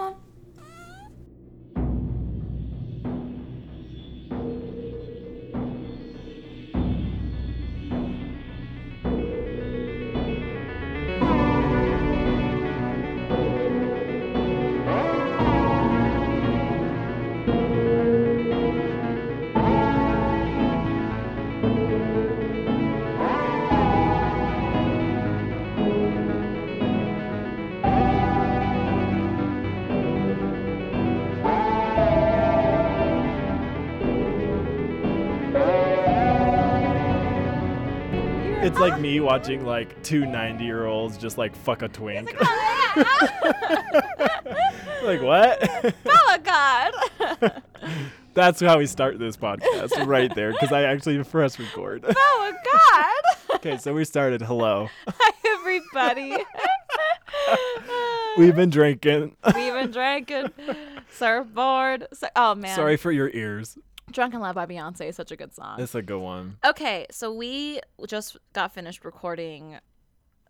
on. It's like me watching like two 90 year olds just like fuck a twink. oh, like what? Oh God! That's how we start this podcast right there because I actually press record. Oh God! okay, so we started. Hello. Hi, everybody. We've been drinking. We've been drinking. Surfboard. Sur- oh man. Sorry for your ears. Drunken Love by Beyonce is such a good song. It's a good one. Okay, so we just got finished recording.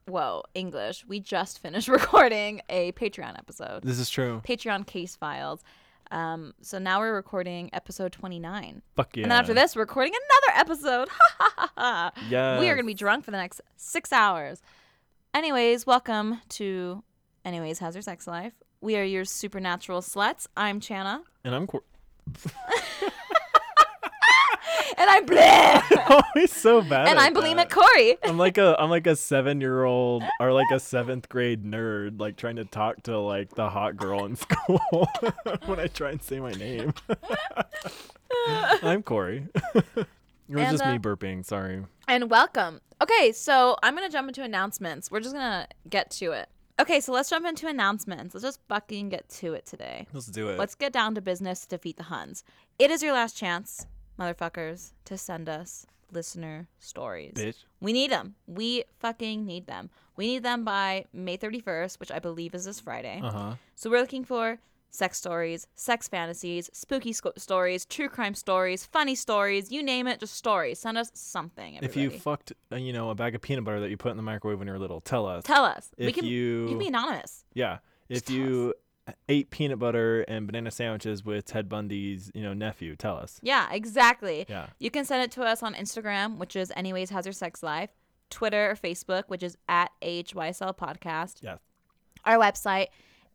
Whoa, English. We just finished recording a Patreon episode. This is true. Patreon case files. Um, so now we're recording episode 29. Fuck yeah. And then after this, we're recording another episode. Ha ha ha ha. yeah, We are going to be drunk for the next six hours. Anyways, welcome to Anyways, How's Your Sex Life? We are your supernatural sluts. I'm Chana. And I'm. Qu- And I'm Blair. oh, he's so bad. and at I'm bulimic that. Corey. I'm like a I'm like a seven year old or like a seventh grade nerd, like trying to talk to like the hot girl in school when I try and say my name. I'm Corey. it was And, just uh, me burping. Sorry. And welcome. Okay, so I'm going to jump into announcements. We're just going to get to it. Okay, so let's jump into announcements. Let's just fucking get to it today. Let's do it. Let's get down to business to defeat the Huns. It is your last chance, motherfuckers, to send us listener stories. bitch? We need them. We fucking need them. We need them by May 31st, which I believe is this Friday. Uh huh. So we're looking for sex stories, sex fantasies, spooky sco- stories, true crime stories, funny stories, you name it, just stories. Send us something. If you everybody. fucked, uh, you know, a bag of peanut butter that you put in the microwave when you were little, tell us. Tell us. we if can, you, can be anonymous. yeah, if you ate peanut butter and banana sandwiches with Ted Bundy's, you know, nephew, tell us. Yeah, exactly. Yeah. You can send it to us on Instagram, which is anyways how's your sex life, Twitter or Facebook, which is at AHYSL podcast. Yes. Our website,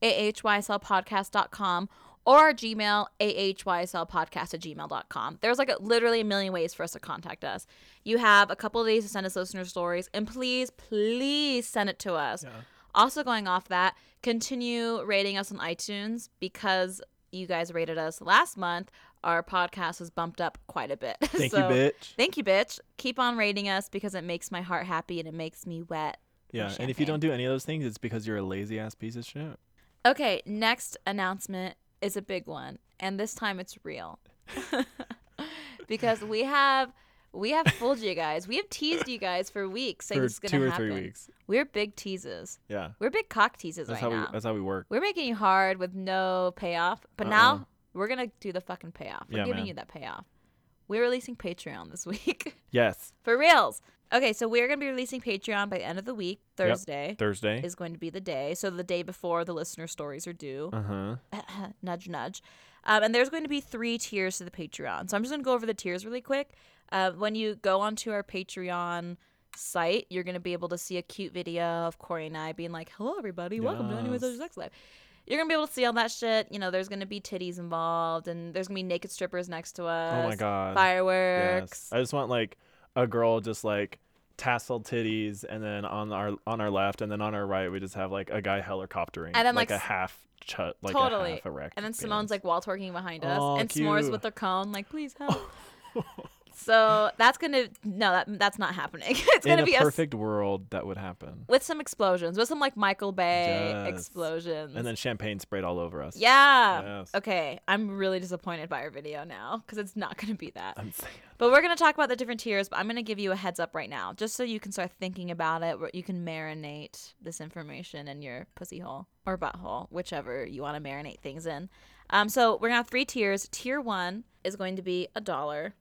ahyslpodcast.com or our Gmail, ahyslpodcast at gmail.com. There's like a, literally a million ways for us to contact us. You have a couple of days to send us listener stories, and please, please send it to us. Yeah. Also, going off that, continue rating us on iTunes because you guys rated us last month. Our podcast was bumped up quite a bit. Thank So, you, bitch. Thank you, bitch. Keep on rating us because it makes my heart happy and it makes me wet. Yeah, and if you champagne. don't do any of those things, it's because you're a lazy ass piece of shit. Okay, next announcement is a big one, and this time it's real. because we have we have fooled you guys. We have teased you guys for weeks saying for it's gonna two or happen. three weeks. We're big teases. Yeah, We're big cock teases that's right how we now. that's how we work. We're making you hard with no payoff, but Uh-uh. now we're gonna do the fucking payoff. We're Yeah, giving man. you that payoff. We're releasing Patreon this week Yes, for reals. Okay, so we're gonna be releasing Patreon by the end of the week. Thursday Thursday. is going to be the day. So the day before the listener stories are due. Uh huh. nudge, nudge. Um, and there's going to be three tiers to the Patreon. So I'm just going to go over the tiers really quick. Uh, when you go onto our Patreon site, you're going to be able to see a cute video of Corey and I being like, hello, everybody. Welcome to Anyways Other Yes. Sex Life. You're going to be able to see all that shit. You know, there's going to be titties involved and there's going to be naked strippers next to us. Oh my god. Fireworks. Yes. I just want like a girl just like tassel titties, and then on our on our left, and then on our right, we just have like a guy helicoptering, And then, like, like, s- a half chut, like Totally. a half erect. And then Simone's like wall twerking behind us, Oh, and S'mores cute. with their cone, like please help. so that's gonna no, that, that's not happening. it's in gonna a be us perfect world, that would happen. with some explosions, with some like Michael Bay Yes. explosions. And then champagne sprayed all over us. yeah. Yes. Okay, I'm really disappointed by our video now because it's not going to be that. I'm saying. But we're going to talk about the different tiers, but I'm going to give you a heads up right now just so you can start thinking about it, where you can marinate this information in your pussy hole or butthole, whichever you want to marinate things in. Um, so we're going to have three tiers. Tier one is going to be a dollar,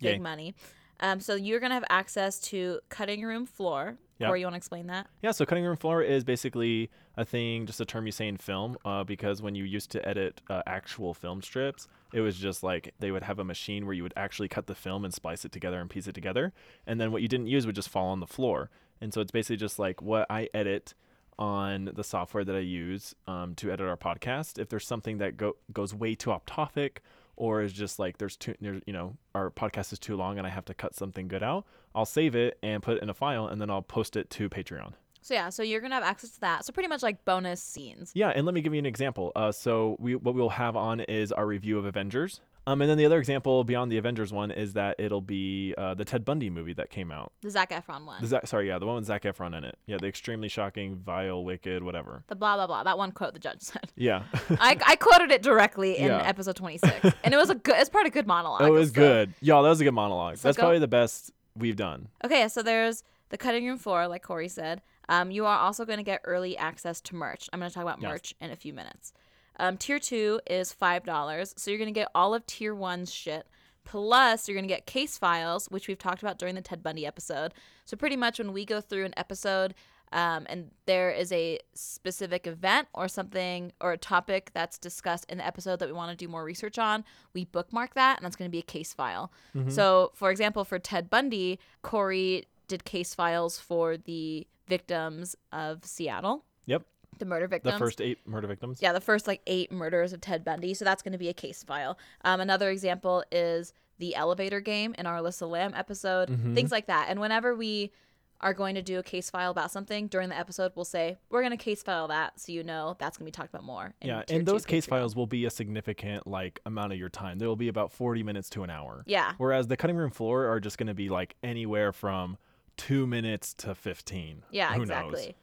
big Yay. money. Um, so you're going to have access to cutting room floor, Yeah. Corey, you want to explain that? Yeah, so cutting room floor is basically a thing, just a term you say in film, uh, because when you used to edit uh, actual film strips, it was just like they would have a machine where you would actually cut the film and splice it together and piece it together. And then what you didn't use would just fall on the floor. And so it's basically just like what I edit on the software that I use um, to edit our podcast. If there's something that go- goes way too off topic or is just like there's too there's, you know our podcast is too long and I have to cut something good out, I'll save it and put it in a file and then I'll post it to Patreon. So yeah, so you're gonna have access to that. So pretty much like bonus scenes. Yeah, and let me give you an example. Uh, so we what we'll have on is our review of Avengers. Um, and then the other example beyond the Avengers one is that it'll be uh, the Ted Bundy movie that came out. The Zac Efron one. The Zac, sorry, yeah, the one with Zac Efron in it. Yeah, the extremely shocking, vile, wicked, whatever. the blah blah blah. That one quote the judge said. Yeah, I, I quoted it directly in Yeah. episode 26, and it was a good. It's part of good monologue. it was so- good. Y'all, that was a good monologue. So That's go- probably the best we've done. Okay, so there's the cutting room floor, like Corey said. Um, you are also going to get early access to merch. I'm going to talk about Yes. merch in a few minutes. Um, tier two is five dollars, so you're going to get all of tier one's shit. Plus, you're going to get case files, which we've talked about during the Ted Bundy episode. So pretty much when we go through an episode. Um, and there is a specific event or something or a topic that's discussed in the episode that we want to do more research on. We bookmark that, and that's going to be a case file. Mm-hmm. So, for example, for Ted Bundy, Corey did case files for the victims of Seattle, Yep, the murder the victims. first eight murder victims. yeah, the first like eight murders of Ted Bundy. So that's going to be a case file. Um, another example is the elevator game in our Alyssa Lamb episode, Mm-hmm. things like that. And whenever we are going to do a case file about something during the episode, we'll say we're going to case file that, so you know that's going to be talked about more. in Yeah, tier and two those case Patreon. files will be a significant like amount of your time. They will be about 40 minutes to an hour. Yeah. Whereas the cutting room floor are just going to be like anywhere from 2 minutes to 15. Yeah, Who exactly.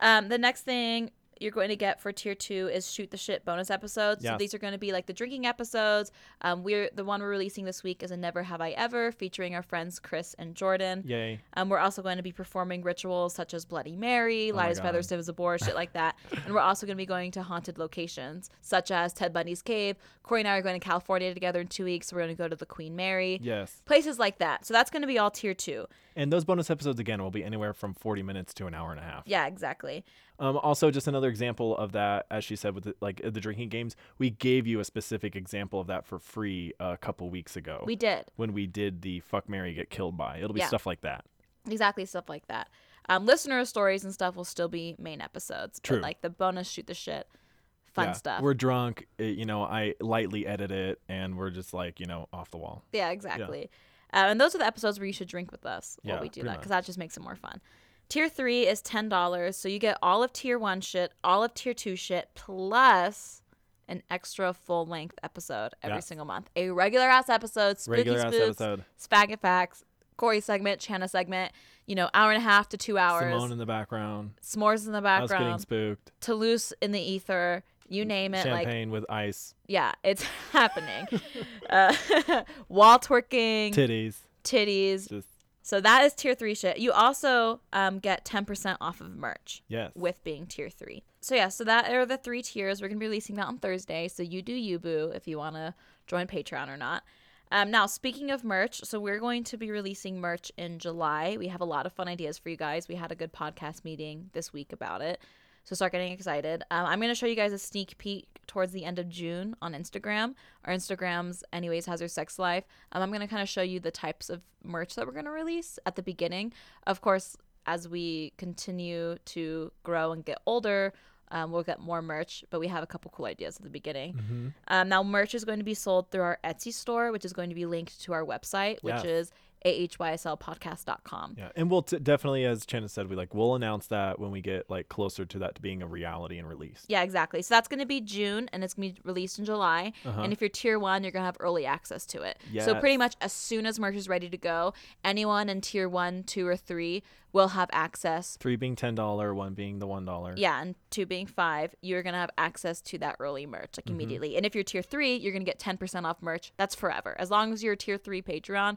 Knows? Um, the next thing you're going to get for tier two is shoot the shit bonus episodes. So Yes. these are going to be like the drinking episodes. Um, we're the one we're releasing this week is a Never Have I Ever featuring our friends Chris and Jordan. Yay. Um, we're also going to be performing rituals such as Bloody Mary, Oh my Light as Feathers, God. Div as a Boar, shit like that. and we're also going to be going to haunted locations such as Ted Bundy's Cave. Corey and I are going to California together in two weeks. We're going to go to the Queen Mary. Yes. Places like that. So that's going to be all tier two. And those bonus episodes again will be anywhere from 40 minutes to an hour and a half. Yeah, exactly. Um, also, just another example of that, as she said, with the, like the drinking games, we gave you a specific example of that for free a couple weeks ago We did. when we did the fuck Mary get killed by. It'll be Yeah. stuff like that. Exactly, stuff like that. Um, listener stories and stuff will still be main episodes. True. But like the bonus shoot the shit, fun Yeah. stuff. We're drunk. It, you know, I lightly edit it and we're just like, you know, off the wall. yeah, exactly. Um, and those are the episodes where you should drink with us while Yeah, we do pretty that because that just makes it more fun. Tier three is ten dollars, so you get all of tier one shit, all of tier two shit, plus an extra full length episode every Yeah. single month. A regular ass episode, spooky Regular ass spooks, episode. faggot facts, Corey segment, Chana segment. You know, hour and a half to two hours. Simone in the background. S'mores in the I was getting background. spooked. Toulouse in the ether, you name it. Like, Champagne with ice, yeah, it's happening. uh, wall twerking, titties. titties. Just So that is tier three shit. You also um, get 10% off of merch yes. with being tier three. So, yeah, so that are the three tiers. We're going to be releasing that on Thursday. So, you do you, boo, if you want to join Patreon or not. Um, now, speaking of merch, so we're going to be releasing merch in July. We have a lot of fun ideas for you guys. We had a good podcast meeting this week about it. So start getting excited. Um, I'm going to show you guys a sneak peek towards the end of June on Instagram. Our Instagrams, anyways, has her sex life. Um, I'm going to kind of show you the types of merch that we're going to release at the beginning. Of course, as we continue to grow and get older, um, we'll get more merch, but we have a couple cool ideas at the beginning. Mm-hmm. Um, now, merch is going to be sold through our Etsy store, which is going to be linked to our website, which Yes. is ahyslpodcast.com. Yeah, and we'll t- definitely, as Shannon said, we like we'll announce that when we get like closer to that being a reality and released. Yeah, exactly. So that's going to be June and it's going to be released in July. And if you're tier one, you're going to have early access to it. So, Uh-huh. Yes. pretty much as soon as merch is ready to go, anyone in tier one, two, or three will have access. Three being ten dollar, one being the one dollar. Yeah, and two being five, you're going to have access to that early merch Mm-hmm. like immediately. And if you're tier three, you're going to get 10% off merch. That's forever. As long as you're a tier three Patreon,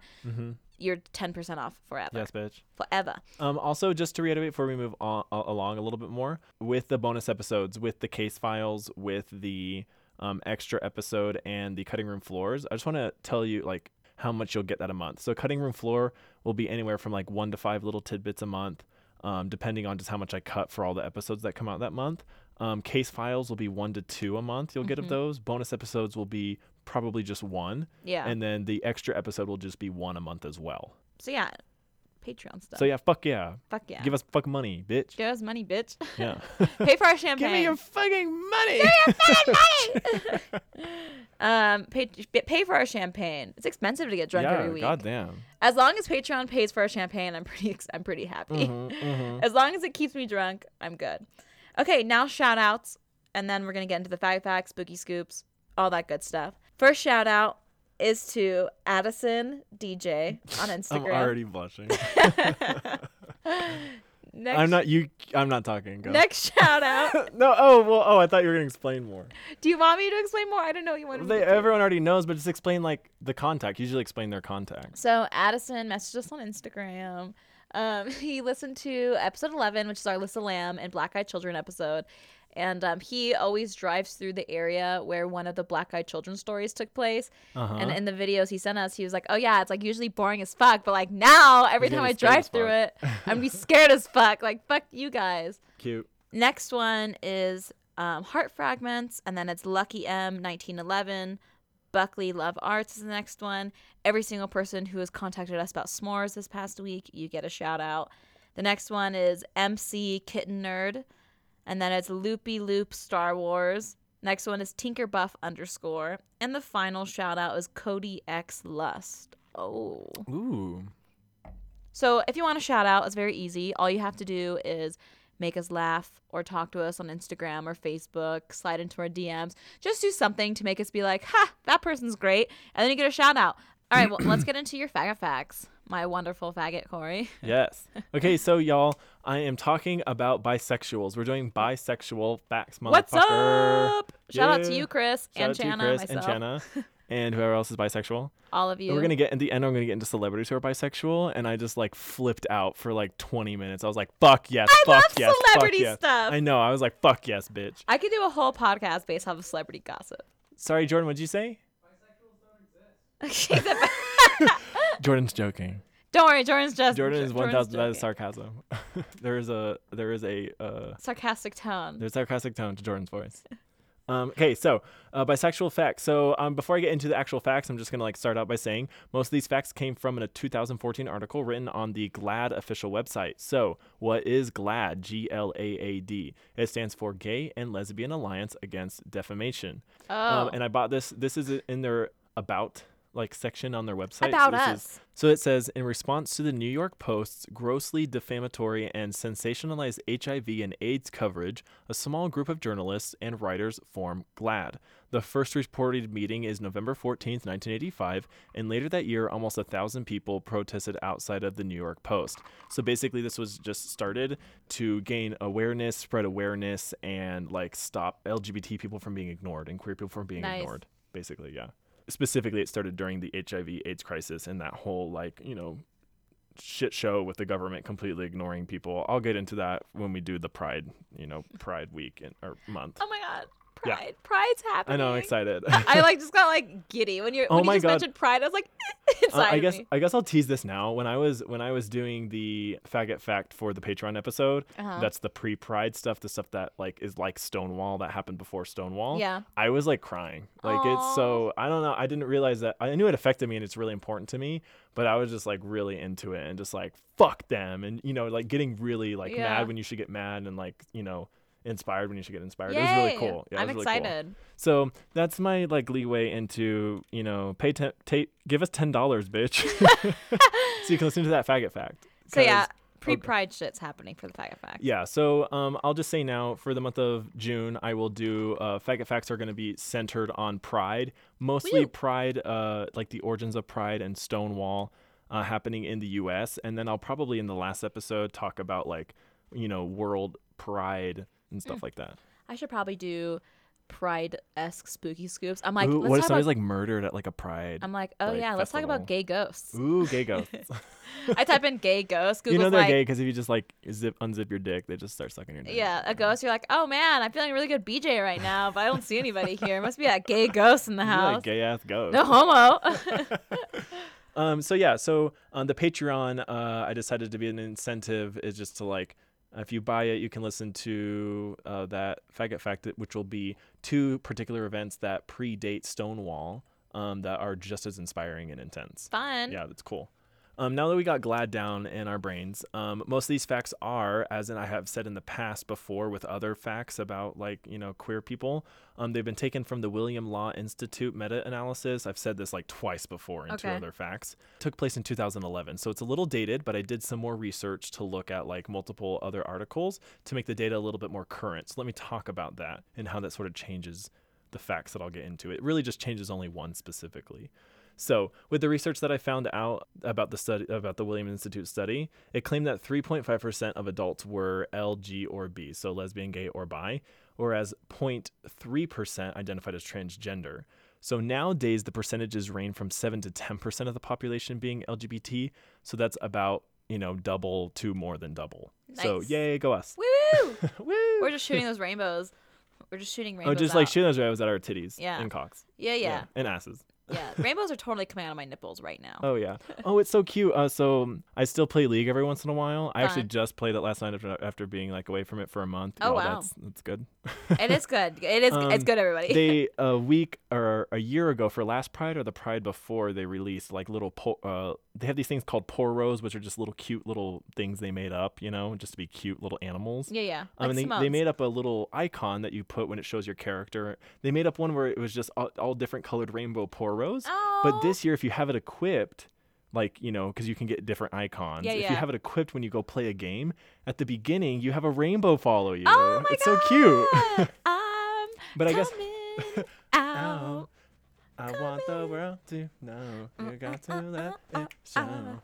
you're 10% off forever. Mm-hmm. Yes, bitch. Forever. Um, also, just to reiterate before we move on a- along a little bit more with the bonus episodes, with the case files, with the um, extra episode and the cutting room floors, I just want to tell you like how much you'll get that a month. So, cutting room floor will be anywhere from like one to five little tidbits a month. um, depending on just how much I cut for all the episodes that come out that month. Um, case files will be one to two a month. You'll get of those. Bonus episodes will be probably just one, Yeah. and then the extra episode will just be one a month as well. so yeah, Patreon stuff. So yeah, fuck yeah, Fuck yeah. give us fuck money, bitch. Give us money, bitch. Yeah, Pay for our champagne. give me your fucking money. um, pay, pay for our champagne. It's expensive to get drunk yeah, every week. goddamn. As long as Patreon pays for our champagne, I'm pretty ex- I'm pretty happy. Mm-hmm, As long as it keeps me drunk, I'm good. Okay, now shout outs, and then we're gonna get into the fact facts, spooky scoops, all that good stuff. First shout out is to Addison DJ on I'm Instagram. already blushing. next, I'm not you. I'm not talking. Go. Next shout out. no. Oh well. Oh, I thought you were gonna explain more. Do you want me to explain more? I don't know what you want me They, to. do. everyone already knows, but just explain like the contact. Usually explain their contact. So Addison messaged us on Instagram. Um, he listened to episode 11, which is our Lissa Lamb and Black Eyed Children episode. And um, he always drives through the area where one of the Black Eyed Children stories took place. Uh-huh. And in the videos he sent us, he was like, "Oh yeah, it's like usually boring as fuck, but like now every He's time gonna I be scared drive as through it, I'm gonna be scared as fuck. Like fuck you guys." Cute. Next one is um, Heart Fragments, and then it's Lucky M 1911. Buckley Love Arts is the next one. Every single person who has contacted us about s'mores this past week, you get a shout out. The next one is MC Kitten Nerd, and then it's Loopy Loop Star Wars. Next one is Tinkerbuff underscore, and the final shout out is Cody X Lust. Oh. Ooh. So if you want a shout out, it's very easy. All you have to do is make us laugh or talk to us on Instagram or Facebook, slide into our DMs. Just do something to make us be like, ha, that person's great. And then you get a shout out. All right, well, let's get into your faggot facts, my wonderful faggot Corey. Yes. Okay, so y'all, I am talking about bisexuals. We're doing bisexual facts, motherfucker. What's up? Shout out to Yeah. you, Chris, Shout and out to you, Chana, Chris myself, and Chana, and whoever else is bisexual. all of you. And we're gonna get in the end. I'm gonna get into celebrities who are bisexual, and I just like flipped out for like 20 minutes. I was like, "Fuck yes, I fuck love yes, celebrity fuck yes." stuff. I know. I was like, "Fuck yes, bitch." I could do a whole podcast based off of celebrity gossip. Sorry, Jordan. What'd you say? She's a- Jordan's joking. Don't worry, Jordan's just Jordan is Jordan's 1,000. That joking. is sarcasm. there is a there is a uh, sarcastic tone. There's sarcastic tone to Jordan's voice. Um, okay, so uh, bisexual facts. So um, before I get into the actual facts, I'm just gonna like start out by saying most of these facts came from a 2014 article written on the GLAD official website. So what is GLAD? G L A A D. It stands for Gay and Lesbian Alliance Against Defamation. oh, Um, and I bought this. This is in their about like section on their website. About so this us. Is, so it says in response to the New York Post's grossly defamatory and sensationalized HIV and AIDS coverage, a small group of journalists and writers form GLAD. The first reported meeting is November 14th, 1985, and later that year, almost a thousand people protested outside of the New York Post. So basically, this was just started to gain awareness, spread awareness, and like stop LGBT people from being ignored and queer people from being Nice. ignored basically yeah specifically it started during the hiv aids crisis and that whole like you know shit show with the government completely ignoring people i'll get into that when we do the pride you know pride week and, or month Oh my god. Yeah. Pride. Pride's i happening. know i'm excited I like just got like giddy when you're Oh when you my just God. mentioned pride. I was like Uh, inside I guess of me. I guess I'll tease this now. When I was when I was doing the faggot fact for the Patreon episode, Uh-huh. that's the pre Pride stuff, the stuff that like is like Stonewall that happened before Stonewall. Yeah. I was like crying. Like Aw. it's so I don't know. I didn't realize that I knew it affected me and it's really important to me, but I was just like really into it and just like fuck them and you know like getting really like Yeah. mad when you should get mad and like you know inspired when you should get inspired. It was really Yay. cool. Yeah, it I'm was really cool. excited. So that's my like leeway into you know pay ten, ta- give us ten dollars, bitch, so you can listen to that faggot fact. So yeah, 'Cause- pre pride shit's happening for the fact fact. yeah. So um, I'll just say now for the month of June, I will do uh, faggot facts are going to be centered on Pride, mostly Woo. Pride, uh, like the origins of Pride and Stonewall uh, happening in the U.S. And then I'll probably in the last episode talk about like you know world Pride and Mm. stuff like that. I should probably do pride esque spooky scoops. I'm like, Ooh, let's what if talk about somebody's like murdered at like a Pride? I'm like, oh like, yeah, let's talk about festival? gay ghosts. Ooh, gay ghosts. I type in gay ghosts. Google's you know they're like, gay because if you just like zip unzip your dick, they just start sucking your dick. yeah, a ghost. You're like, oh man, I'm feeling a really good BJ right now, but I don't see anybody here. Must be that gay ghost in the You're house. like gay ass ghost. No homo. Um, so yeah, so on the Patreon, uh, I decided to be an incentive is just to like, if you buy it, you can listen to uh, that faggot fact, which will be two particular events that predate Stonewall, um, that are just as inspiring and intense. Fun. Yeah, that's cool. Um, now that we got glad down in our brains, um, most of these facts are, as in I have said in the past before with other facts about like you know queer people, um, they've been taken from the William Law Institute meta-analysis. I've said this like twice before in two Okay. other facts. Took place in 2011, so it's a little dated, but I did some more research to look at like multiple other articles to make the data a little bit more current. So let me talk about that and how that sort of changes the facts that I'll get into. It really just changes only one specifically. So, with the research that I found out about the study about the William Institute study, it claimed that 3.5% of adults were LG or B, so lesbian, gay, or bi, whereas 0.3% identified as transgender. So nowadays the percentages range from 7 to 10% of the population being LGBT, so that's about, you know, double to more than double. So, Nice. yay, go us. Woo! Woo! We're just shooting those rainbows. We're just shooting rainbows. Oh, just like out. shooting those arrows at our titties Yeah. and cocks. yeah, yeah, And asses. yeah. Rainbows are totally coming out of my nipples right now. Oh yeah. Oh, it's so cute. Uh, so um, I still play League every once in a while. I actually Fun. just played it last night after, after being like away from it for a month. Oh, Y'all, wow. That's, that's good. It is good. It is. it's Um, good, everybody. they a week or a year ago for last Pride or the Pride before they released like little po- uh they have these things called poros, which are just little cute little things they made up, you know, just to be cute little animals. yeah, yeah. I Like mean, they, they Simone's. made up a little icon that you put when it shows your character. They made up one where it was just all, all different colored rainbow poros. But Aw. this year, if you have it equipped, like, you know, because you can get different icons, Yeah, if yeah. you have it equipped when you go play a game, at the beginning, you have a rainbow follow you. Oh my it's god. so cute. I'm But I guess- Oh. coming out. I want the world to know Uh, you got to let it ah. shine.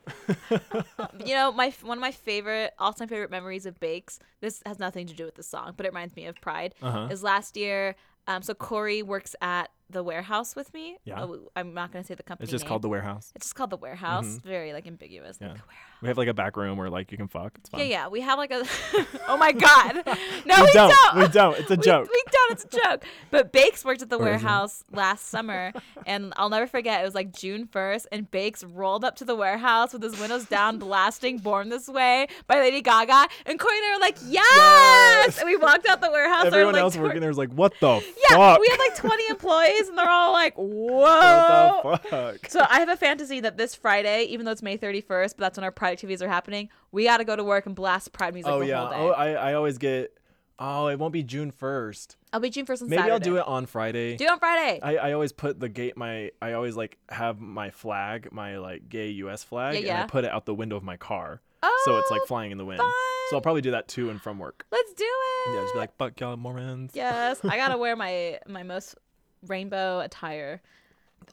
You know, my f- one of my favorite, all-time favorite memories of Bakes. This has nothing to do with the song, but it reminds me of Pride. Uh-huh. Is last year. Um, so Corey works at the warehouse with me. Yeah. Oh, I'm not gonna say the company. It's just name. called The Warehouse. It's just called the warehouse. Very like ambiguous. like, Yeah. the warehouse. We have like a back room where like you can fuck. It's fun. Yeah, yeah. We have like a. oh my god! No, we, We, don't. We don't. It's a We- joke. We, don't. It's a joke. But Bakes worked at the Or isn't it? warehouse last summer, and I'll never forget. It was like June first, and Bakes rolled up to the warehouse with his windows down, blasting "Born This Way" by Lady Gaga, and Corey and I were like, "Yes!" Yes. And we walked out the warehouse. there were, Everyone like, else tw- working there is like, what the Yeah, fuck? we had like 20 employees, and they're all like, "Whoa!" what the fuck? So I have a fantasy that this Friday, even though it's May 31st, but that's when our Pride activities are happening, we got to go to work and blast Pride music Oh the yeah. whole day. Oh, I, I always get. Oh, it won't be June first. I'll be June 1st and Maybe Saturday. I'll do it on Friday. Do it on Friday. I, I always put the gate my I always like have my flag my like gay U.S. flag Yeah, and yeah. I put it out the window of my car oh, so it's like flying in the wind. So I'll probably do that to and from work. let's do it. Yeah, just be like fuck y'all morons. yes, I gotta wear my my most rainbow attire.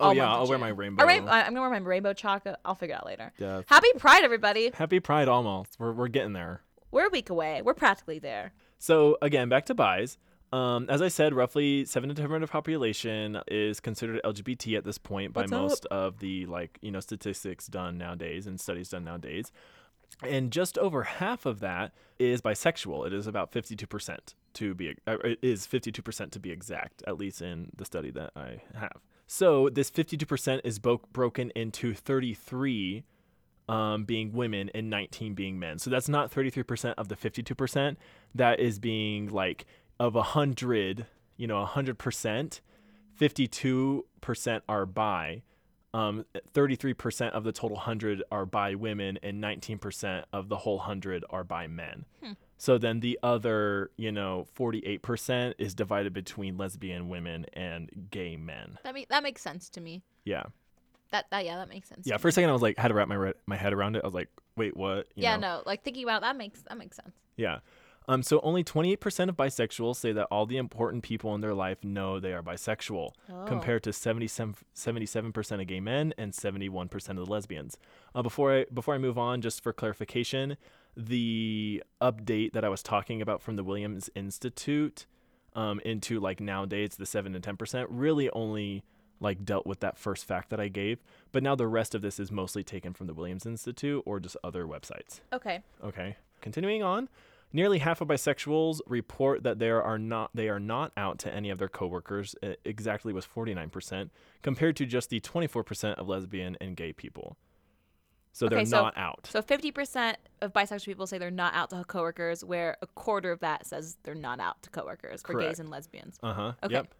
Oh all yeah, month of I'll wear June. my Or rainbow. rain- I- I'm gonna wear my rainbow chocolate. I'll figure it out later. Yeah. Happy Pride, everybody. Happy Pride almost. We're we're getting there. We're a week away. We're practically there. So again, back to buys. Um, as I said, roughly seven to ten percent of population is considered LGBT at this point by What's up? most of the like you know statistics done nowadays and studies done nowadays, and just over half of that is bisexual. It is about fifty-two percent to be uh, it is fifty-two percent to be exact, at least in the study that I have. So this fifty-two percent is bo- broken into thirty-three um, being women and 19 being men. So that's not 33% of the 52%. That is being like of 100, you know, 100%, 52% are bi. Um, 33% of the total 100 are by women and 19% of the whole 100 are by men. So then the other, you know, 48% is divided between lesbian women and gay men. That me- that makes sense to me. Yeah. That, that yeah, that makes sense. Yeah. For a second, I was like, had to wrap my, re- my head around it. I was like, wait, what? You know? no, like thinking about that makes that makes sense. Yeah. Um, so only 28% of bisexuals say that all the important people in their life know they are bisexual, Oh. compared to 77, 77% of gay men and 71% of the lesbians. Uh, before I before I move on, just for clarification, the update that I was talking about from the Williams Institute um, into like nowadays the seven to ten percent really only like dealt with that first fact that I gave, but now the rest of this is mostly taken from the Williams Institute or just other websites. Okay. Okay. Continuing on, Nearly half of bisexuals report that they are not they are not out to any of their coworkers. It exactly was 49% compared to just the 24% of lesbian and gay people. So they're Okay, so- not out. So 50% of bisexual people say they're not out to coworkers, where a quarter of that says they're not out to coworkers for Correct. gays and lesbians. Uh huh. Okay. Yep.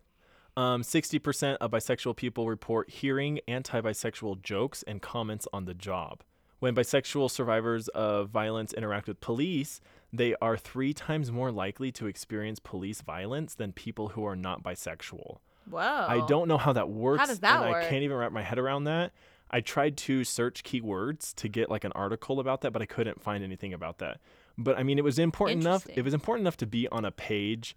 Um, 60% of bisexual people report hearing anti bisexual jokes and comments on the job. When bisexual survivors of violence interact with police, they are three times more likely to experience police violence than people who are not bisexual. Whoa. I don't know how that works. Oh. does that and work? I can't even wrap my head around that. I tried to search keywords to get like an article about that, but I couldn't find anything about that. But I mean, it was important enough. It Interesting. was important enough to be on a page.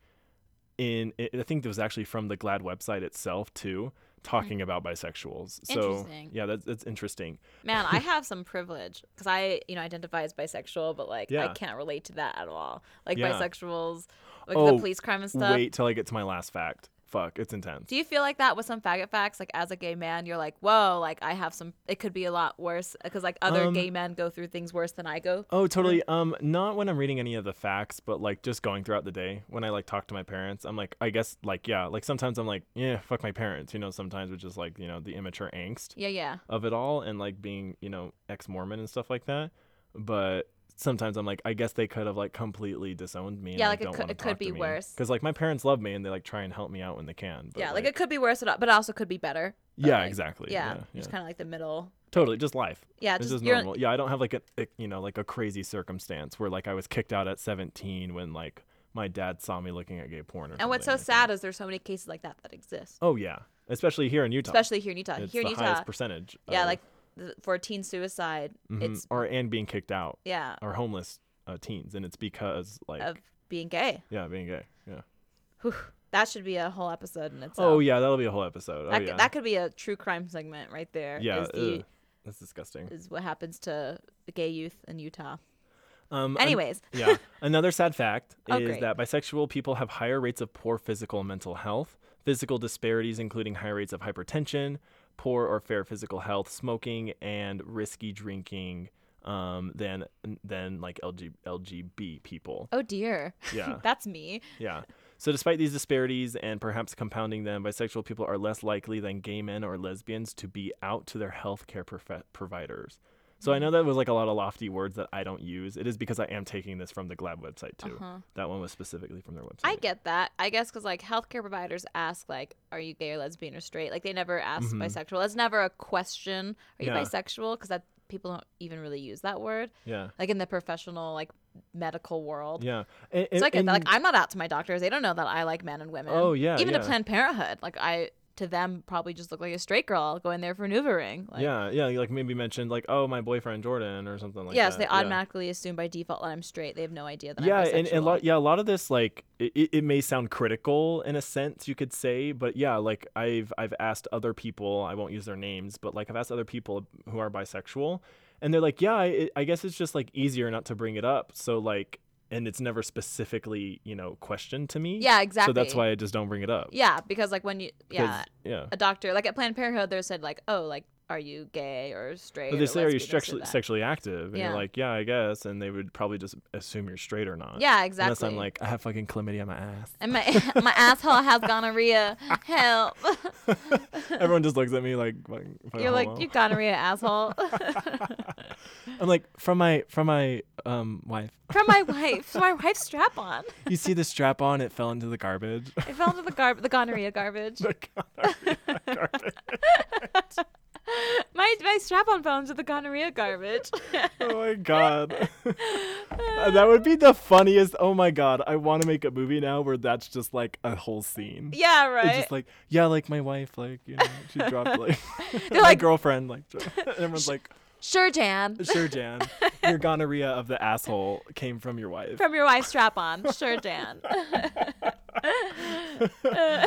In it, I think it was actually from the Glad website itself too, talking about bisexuals. So Hmm. Interesting. yeah, that's that's interesting. Man, I have some privilege because I, you know, identify as bisexual, but like Yeah. I can't relate to that at all. Like Yeah. bisexuals, like Oh, the police crime and stuff. Wait till I get to my last fact. Fuck, it's intense. Do you feel like that with some faggot facts? Like as a gay man, you're like, whoa, like I have some. It could be a lot worse because like other Um, gay men go through things worse than I go. Oh, totally. Um, not when I'm reading any of the facts, but like just going throughout the day when I like talk to my parents, I'm like, I guess like yeah, like sometimes I'm like, yeah, fuck my parents, you know. Sometimes with just like you know the immature angst Yeah, yeah. of it all and like being you know ex-Mormon and stuff like that. But sometimes I'm like, I guess they could have like completely disowned me. and, Yeah, like, it don't could- wanna it could talk to be me. worse. Cause like my parents love me and they like try and help me out when they can. But, yeah, like, it could be worse, at all, but it also could be better. But, yeah, like, exactly. Yeah, Yeah, yeah. just kind of like the middle. totally, just life. Yeah, It's just just you're, normal. Yeah, I don't have like a, a- you know like a crazy circumstance where like I was kicked out at 17 when like my dad saw me looking at gay porn. Or And what's so something. sad is there's so many cases like that that exist, Oh yeah, especially here in Utah. especially here in Utah. it's here in the Utah, highest uh, percentage. yeah, of- like the, for teen suicide, mhm, it's or and being kicked out yeah or homeless uh, teens, and it's because like of being gay. yeah, being gay. Yeah. Whew, that should be a whole episode in itself. Oh yeah, that'll be a whole episode. that, oh could- yeah. that could be a true crime segment right there. yeah. is, the, ugh, that's disgusting. is what happens to gay youth in Utah. Um. an- Anyways, yeah. Another sad fact Oh, is great. that bisexual people have higher rates of poor physical and mental health, physical disparities, including high rates of hypertension, poor or fair physical health, smoking, and risky drinking um, than than like LG, LGB people. oh dear, Yeah. that's me. Yeah. So, despite these disparities and perhaps compounding them, bisexual people are less likely than gay men or lesbians to be out to their healthcare prof- providers. So, Hmm. I know that was like a lot of lofty words that I don't use. It is because I am taking this from the GLAB website too. Uh-huh. That one was specifically from their website. I get that. I guess because like healthcare providers ask like, "Are you gay or lesbian or straight?" Like they never ask Mhm. bisexual. That's never a question. Are you Yeah. bisexual? Because that people don't even really use that word yeah. like in the professional like medical world. Yeah. And, So I get and- that. Like I'm not out to my doctors. They don't know that I like men and women. Oh, yeah, Even to yeah. Planned Parenthood, like I to them probably just look like a straight girl going there for NuvaRing. Like, yeah. Yeah. you, Like maybe mentioned, like, oh, my boyfriend Jordan or something like yeah, that. so they automatically assume by default that I'm straight. They have no idea that yeah I'm and, and a bisexual. lot yeah a lot of this like it, it it may sound critical in a sense you could say but yeah like i've i've asked other people i won't use their names but like i've asked other people who are bisexual and they're like yeah i, I guess it's just like easier not to bring it up so like and it's never specifically you know questioned to me yeah, exactly. so that's why i just don't bring it up Yeah, because like when you 'Cause- yeah, yeah a doctor like at Planned Parenthood they said like, "Oh, like are you gay or straight?" but they or say are you lesbian?" This or sexually, that. sexually active and Yeah. you're like yeah i guess and they would probably just assume you're straight or not Yeah, exactly. unless i'm like i have fucking chlamydia on my ass and my my asshole has gonorrhea. Help. Everyone just looks at me like fucking- fucking You're like, homo. "You gonorrhea, asshole." I'm like from my from my um wife. From my wife, my wife's strap on. You see the strap on? It fell into the garbage. It fell into the gar- the gonorrhea garbage. The gar- garbage. My my strap on fell into the gonorrhea garbage. Oh my god. that would be the funniest. Oh my god. I want to make a movie now where that's just like a whole scene. yeah, right. It's just like yeah, like my wife, like you know, she dropped like my like- girlfriend, like dro- and everyone's like, sure, Jan. sure, Jan, your gonorrhea of the asshole came from your wife. From your wife's strap on. Sure, Jan.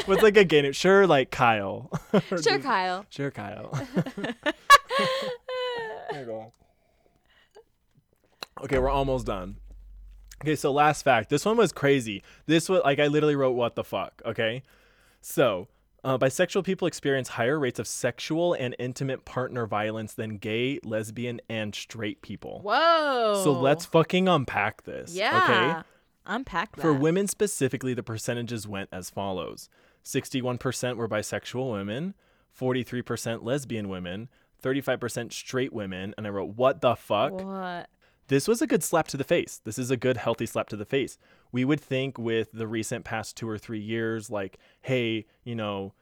What's like a gay name? Sure, like Kyle. Or Sure, just- Kyle. Sure, Kyle. there you go. Okay, we're almost done. Okay, so last fact. This one was crazy. This was like I literally wrote what the fuck, okay? So, uh, bisexual people experience higher rates of sexual and intimate partner violence than gay, lesbian, and straight people. Whoa. So let's fucking unpack this. Yeah. Okay. Unpack that. For women specifically, the percentages went as follows 61% were bisexual women, 43% lesbian women, 35% straight women. And I wrote, What the fuck? What? This was a good slap to the face. This is a good, healthy slap to the face. We would think with the recent past two or three years, like, hey, you know,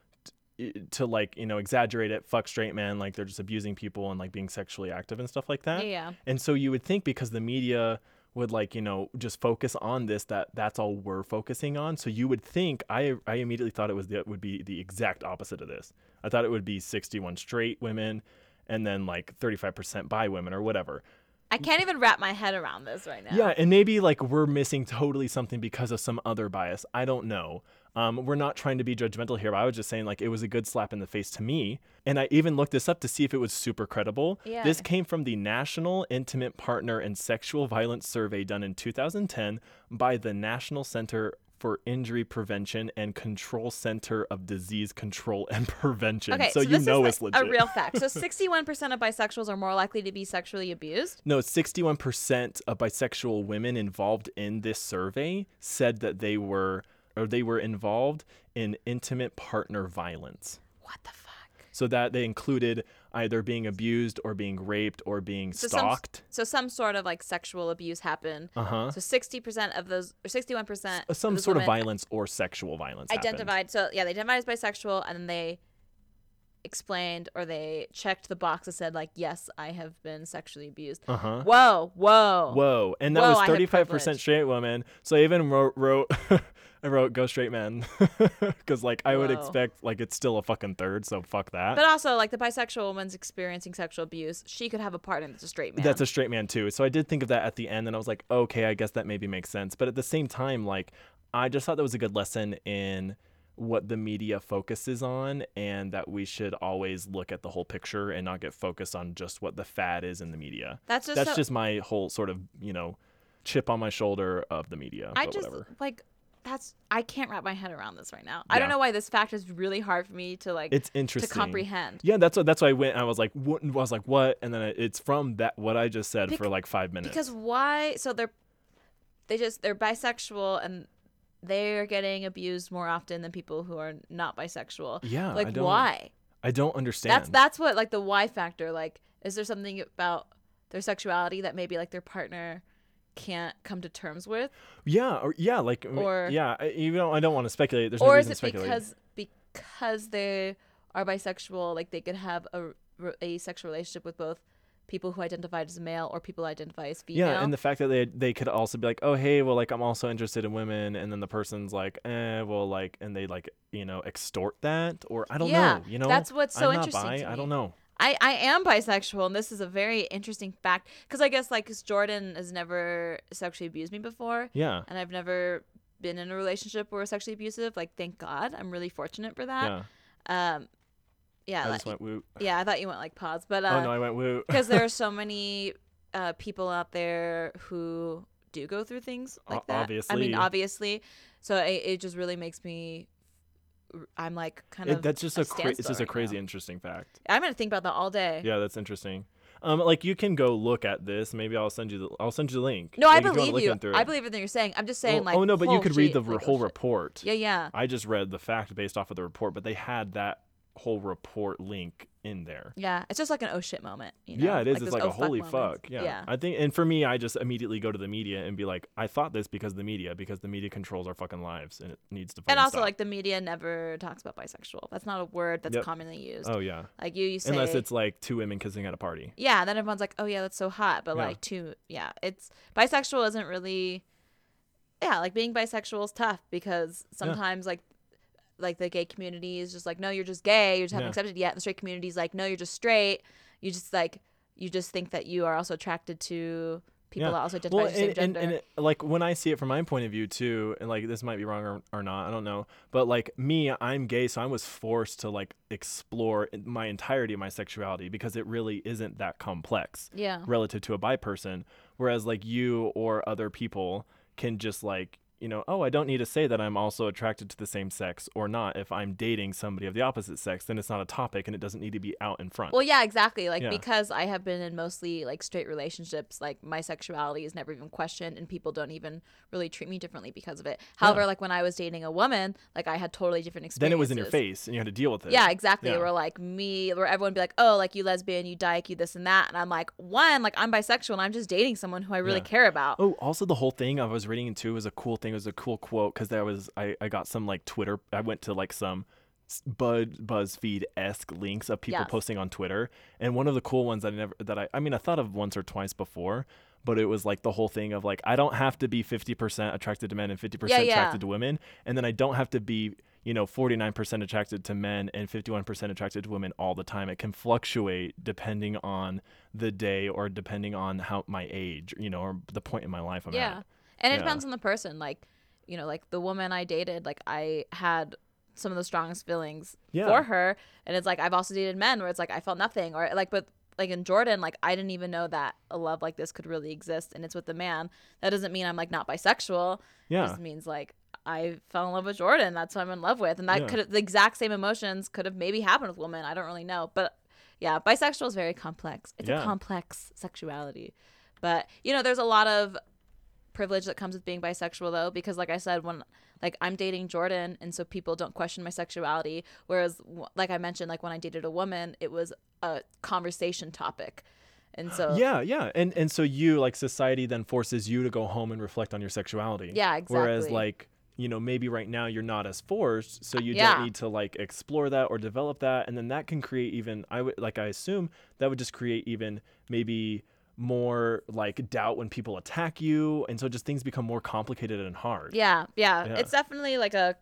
t- to like, you know, exaggerate it, fuck straight men, like they're just abusing people and like being sexually active and stuff like that. Yeah. And so you would think because the media would like, you know, just focus on this that that's all we're focusing on. So you would think I I immediately thought it was the, would be the exact opposite of this. I thought it would be 61 straight women and then like 35% bi women or whatever. I can't even wrap my head around this right now. Yeah, and maybe like we're missing totally something because of some other bias. I don't know. Um, we're not trying to be judgmental here, but I was just saying like it was a good slap in the face to me. And I even looked this up to see if it was super credible. Yeah. This came from the National Intimate Partner and Sexual Violence Survey done in 2010 by the National Center for Injury Prevention and Control Center of Disease Control and Prevention. Okay, so, so, you this know is it's like legit. a real fact. So 61% of bisexuals are more likely to be sexually abused. No, 61% of bisexual women involved in this survey said that they were or they were involved in intimate partner violence. What the fuck? So that they included either being abused or being raped or being So some- stalked. So some sort of like sexual abuse happened. Uh-huh. Uh, So 60% of those, or 61% of Some those sort of women violence or sexual violence. happened. identified. So yeah, they identified as bisexual, and then they explained or they checked the box that said like, yes, I have been sexually abused. Uh-huh. Whoa, whoa, Whoa. And that Whoa, I was had 35% privilege. straight women. So I even wrote, wrote I wrote go straight men cuz like I would Whoa. expect like it's still a fucking third, so fuck that. But also, like the bisexual woman's experiencing sexual abuse, she could have a partner that's a straight man. That's a straight man too. So I did think of that at the end, and I was like, okay, I guess that maybe makes sense. But at the same time, like, I just thought that was a good lesson in what the media focuses on, and that we should always look at the whole picture and not get focused on just what the fad is in the media. that's just That's so- just my whole sort of you know chip on my shoulder of the media. I but just whatever. like that's I can't wrap my head around this right now. I don't Yeah. know why this fact is really hard for me to like It's to interesting. comprehend. Yeah, that's what. That's why I went. I was like, what? I was like, what? And then I- it's from that what I just said Bec- for like five minutes. Because why so they're they just they're bisexual and they're getting abused more often than people who are not bisexual. yeah, I like don't, why? I don't understand. That's that's what like the why factor like is there something about their sexuality that maybe like their partner can't come to terms with Yeah, or, yeah, like I mean, Or- yeah. I- You know, I don't want to speculate. There's no or is reason to it speculate. because because they are bisexual like they could have a, re- a sexual relationship with both people who identified as male or people who identify as female yeah, and the fact that they they could also be like, oh hey, well like I'm also interested in women, and then the person's like, eh, well like, and they like you know extort that, or I don't Yeah, know, you know. that's what's so I'm not interesting bi, to I me. don't know. I, I am bisexual and this is a very interesting fact because i guess like 'cause jordan has never sexually abused me before Yeah, and i've never been in a relationship where it's sexually abusive like thank god i'm really fortunate for that yeah. um yeah I Uh, like, just went woo. yeah i thought you went like pause but uh, oh no, I went woo. because there are so many uh, people out there who do go through things O- like that. I obviously. mean, obviously. So it, it just really makes me. I'm like kind It, of. that's just a a cra- it's standstill just a right now. crazy interesting fact. I'm gonna think about that all day. Yeah, that's interesting. Um, like you can go look at this. Maybe I'll send you the I'll send you the link. No, I like, if wanna believe look you. into I it. believe everything you're saying. I'm just saying Well, like. oh no, but you holy could read the shit, like, oh whole shit. report. Yeah, yeah. I just read the fact based off of the report, but they had that whole report link in there. Yeah, it's just like an oh shit moment. You know? yeah, it is. it's those like oh a holy fuck. moments. Yeah. yeah. I think, and for me, I just immediately go to the media and be like, I thought this because of the media, because the media controls our fucking lives and it needs to. And fucking also, stop. like the media never talks about bisexual. That's not a word that's Yep. commonly used. oh yeah, Like you, you say unless it's like two women kissing at a party. yeah then everyone's like oh yeah that's so hot but Yeah. like too yeah it's bisexual isn't really yeah like being bisexual is tough because sometimes like like the gay community is just like no you're just gay you just haven't Yeah. accepted yet and the straight community is like no you're just straight you just like you just think that you are also attracted to people Yeah. that also identify Well, as the same and, and, gender and it, like when I see it from my point of view too, and like this might be wrong or, or not, I don't know, but like me, I'm gay, so I was forced to like explore my entirety of my sexuality because it really isn't that complex. yeah relative to a bi person whereas like you or other people can just like you know, oh, I don't need to say that I'm also attracted to the same sex or not. If I'm dating somebody of the opposite sex, then it's not a topic and it doesn't need to be out in front. Well, yeah, exactly. Like Yeah. because I have been in mostly like straight relationships, like my sexuality is never even questioned, and people don't even really treat me differently because of it. However, like when I was dating a woman, like I had totally different experiences. then it was in your face and you had to deal with it. Yeah, exactly. Yeah. Where like me, where everyone be like, oh, like you lesbian, you dyke, you this and that, and I'm like, one, like I'm bisexual, and I'm just dating someone who I really Yeah. care about. Oh, also the whole thing I was reading into was a cool thing. It was a cool quote because there was I, I got some like Twitter. I went to like some s- Buzz Buzzfeed esque links of people Yes. posting on Twitter, and one of the cool ones I never that I I mean I thought of once or twice before, but it was like the whole thing of like I don't have to be fifty percent attracted to men and fifty percent yeah. attracted to women, and then I don't have to be you know 49% attracted to men and 51% attracted to women all the time it can fluctuate depending on the day or depending on how my age you know or the point in my life i'm yeah, at and it Yeah. depends on the person. Like, you know, like the woman I dated, like I had some of the strongest feelings Yeah. for her, and it's like I've also dated men where it's like I felt nothing, or like but. Like in Jordan, like I didn't even know that a love like this could really exist, and it's with a man. That doesn't mean I'm like not bisexual. yeah just means like I fell in love with Jordan. That's who I'm in love with, and that Yeah. could the exact same emotions could have maybe happened with women. I don't really know, but yeah, bisexual is very complex. It's Yeah. a complex sexuality, but you know, there's a lot of privilege that comes with being bisexual though, because like I said, when like I'm dating Jordan, and so people don't question my sexuality. Whereas, w- like I mentioned, like when I dated a woman, it was a conversation topic, and so yeah yeah and and so you like society then forces you to go home and reflect on your sexuality Yeah, whereas exactly. like you know maybe right now you're not as forced so you Yeah. don't need to like explore that or develop that and then that can create even i would like i assume that would just create even maybe more like doubt when people attack you and so just things become more complicated and hard Yeah, yeah, Yeah. It's definitely like a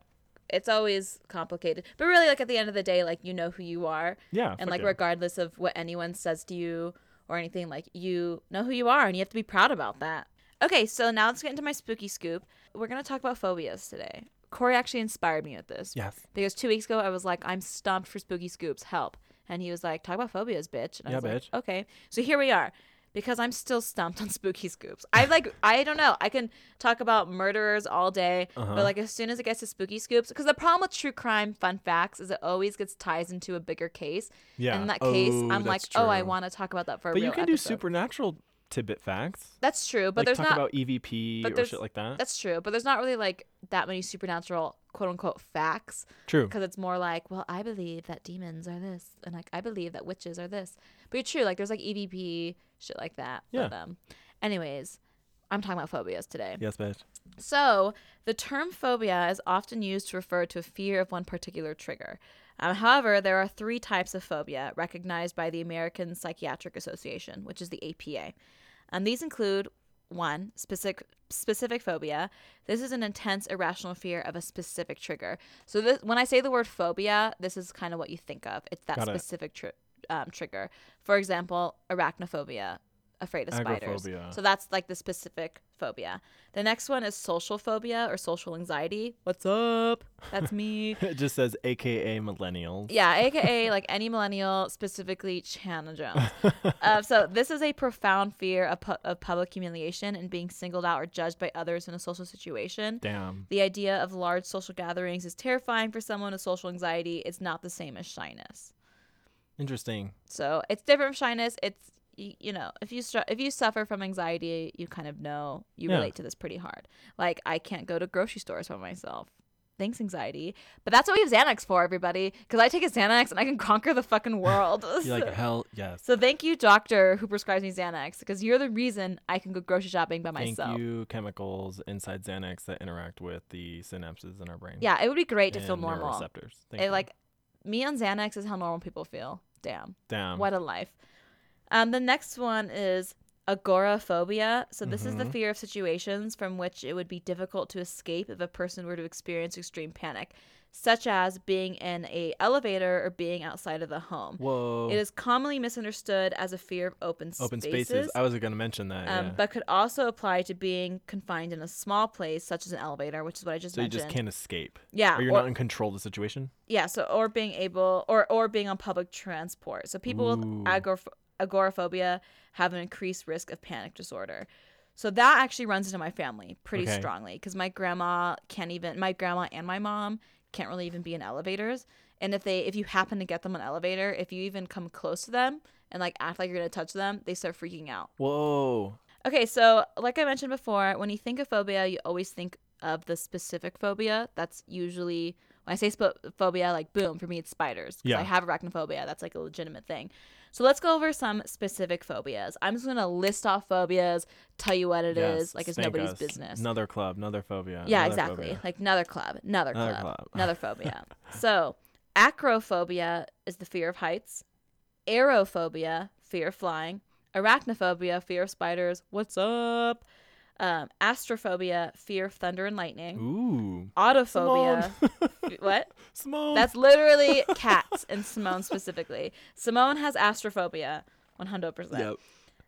it's always complicated. But really like at the end of the day, like you know who you are. yeah and fuck like yeah. regardless of what anyone says to you or anything, like you know who you are and you have to be proud about that. Okay, so now let's get into my spooky scoop. We're gonna talk about phobias today. Corey actually inspired me with this. yes Because two weeks ago I was like, I'm stumped for spooky scoops, help. And he was like, Talk about phobias, bitch. And I Yeah, was like, bitch. okay. So here we are. Because I'm still stumped on spooky scoops. I like I don't know. I can talk about murderers all day, Uh-huh. but like as soon as it gets to spooky scoops, because the problem with true crime fun facts is it always gets ties into a bigger case. Yeah. And in that case, Oh, I'm like, that's oh, I true. want to talk about that for a But real you can do episode. supernatural tidbit facts. That's true, but like there's talk not about EVP but or there's- shit like that. that's true, but there's not really like that many supernatural quote unquote facts. True. because it's more like, well, I believe that demons are this, and like I believe that witches are this. But you're true, like there's like EVP shit like that. But, Yeah. um, anyways, I'm talking about phobias today. Yes, bitch. So the term phobia is often used to refer to a fear of one particular trigger. Um, however, there are three types of phobia recognized by the American Psychiatric Association, which is the APA. And these include one specific specific phobia. This is an intense irrational fear of a specific trigger. So this, when I say the word phobia, this is kind of what you think of. It's that Got it. specific tri- um, trigger. For example, arachnophobia, afraid of spiders. Agoraphobia. So that's like the specific phobia. The next one is social phobia or social anxiety. What's up? That's me. It just says AKA millennials. Yeah, aka like any millennial, specifically Chandler Jones. uh, so this is a profound fear of, pu- of public humiliation and being singled out or judged by others in a social situation. Damn. The idea of large social gatherings is terrifying for someone with social anxiety. It's not the same as shyness. Interesting. So it's different from shyness. It's y- you know, if you str- if you suffer from anxiety, you kind of know you Yeah. relate to this pretty hard. Like I can't go to grocery stores by myself. Thanks, anxiety. But that's what we have Xanax for, everybody. Because I take a Xanax and I can conquer the fucking world. You're like So- hell yes. so thank you, doctor, who prescribes me Xanax, because you're the reason I can go grocery shopping by Thank myself. you, chemicals inside Xanax that interact with the synapses in our brain. Yeah, it would be great to feel and normal. Neuroreceptors. Thank It, you. like me on Xanax is how normal people feel. Damn. damn. What a life. Um, the next one is agoraphobia. So, this is the Mhm. fear of situations from which it would be difficult to escape if a person were to experience extreme panic, such as being in a elevator or being outside of the home. Whoa. It is commonly misunderstood as a fear of open spaces. Oh. Open spaces. I was gonna mention that. um, yeah. But could also apply to being confined in a small place, such as an elevator, which is what I just so you mentioned. just can't escape. yeah, or you're or- not in control of the situation. yeah, so or being able or or being on public transport. So people Ooh. with agoraph- agoraphobia have an increased risk of panic disorder. So that actually runs into my family pretty Okay. strongly because my grandma can't even my grandma and my mom can't really even be in elevators. And if they if you happen to get them on an elevator, if you even come close to them and like act like you're gonna touch them, they start freaking out. Whoa. Okay, so like I mentioned before, when you think of phobia, you always think of the specific phobia. That's usually when I say sp- phobia, like boom, for me it's spiders. 'cause Yeah. I have arachnophobia. That's like a legitimate thing. So let's go over some specific phobias. I'm just gonna list off phobias, tell you what it is, Yes, like it's thank nobody's us. business. Another club, another phobia. yeah, another exactly. phobia. Like another club, another club, Another another, club. phobia. So acrophobia is the fear of heights. Aerophobia, fear of flying. Arachnophobia, fear of spiders. What's up? Um, astrophobia, fear of thunder and lightning. Ooh. Autophobia. Simone. what? Simone. That's literally cats and Simone specifically. Simone has astrophobia, 100%. Yep.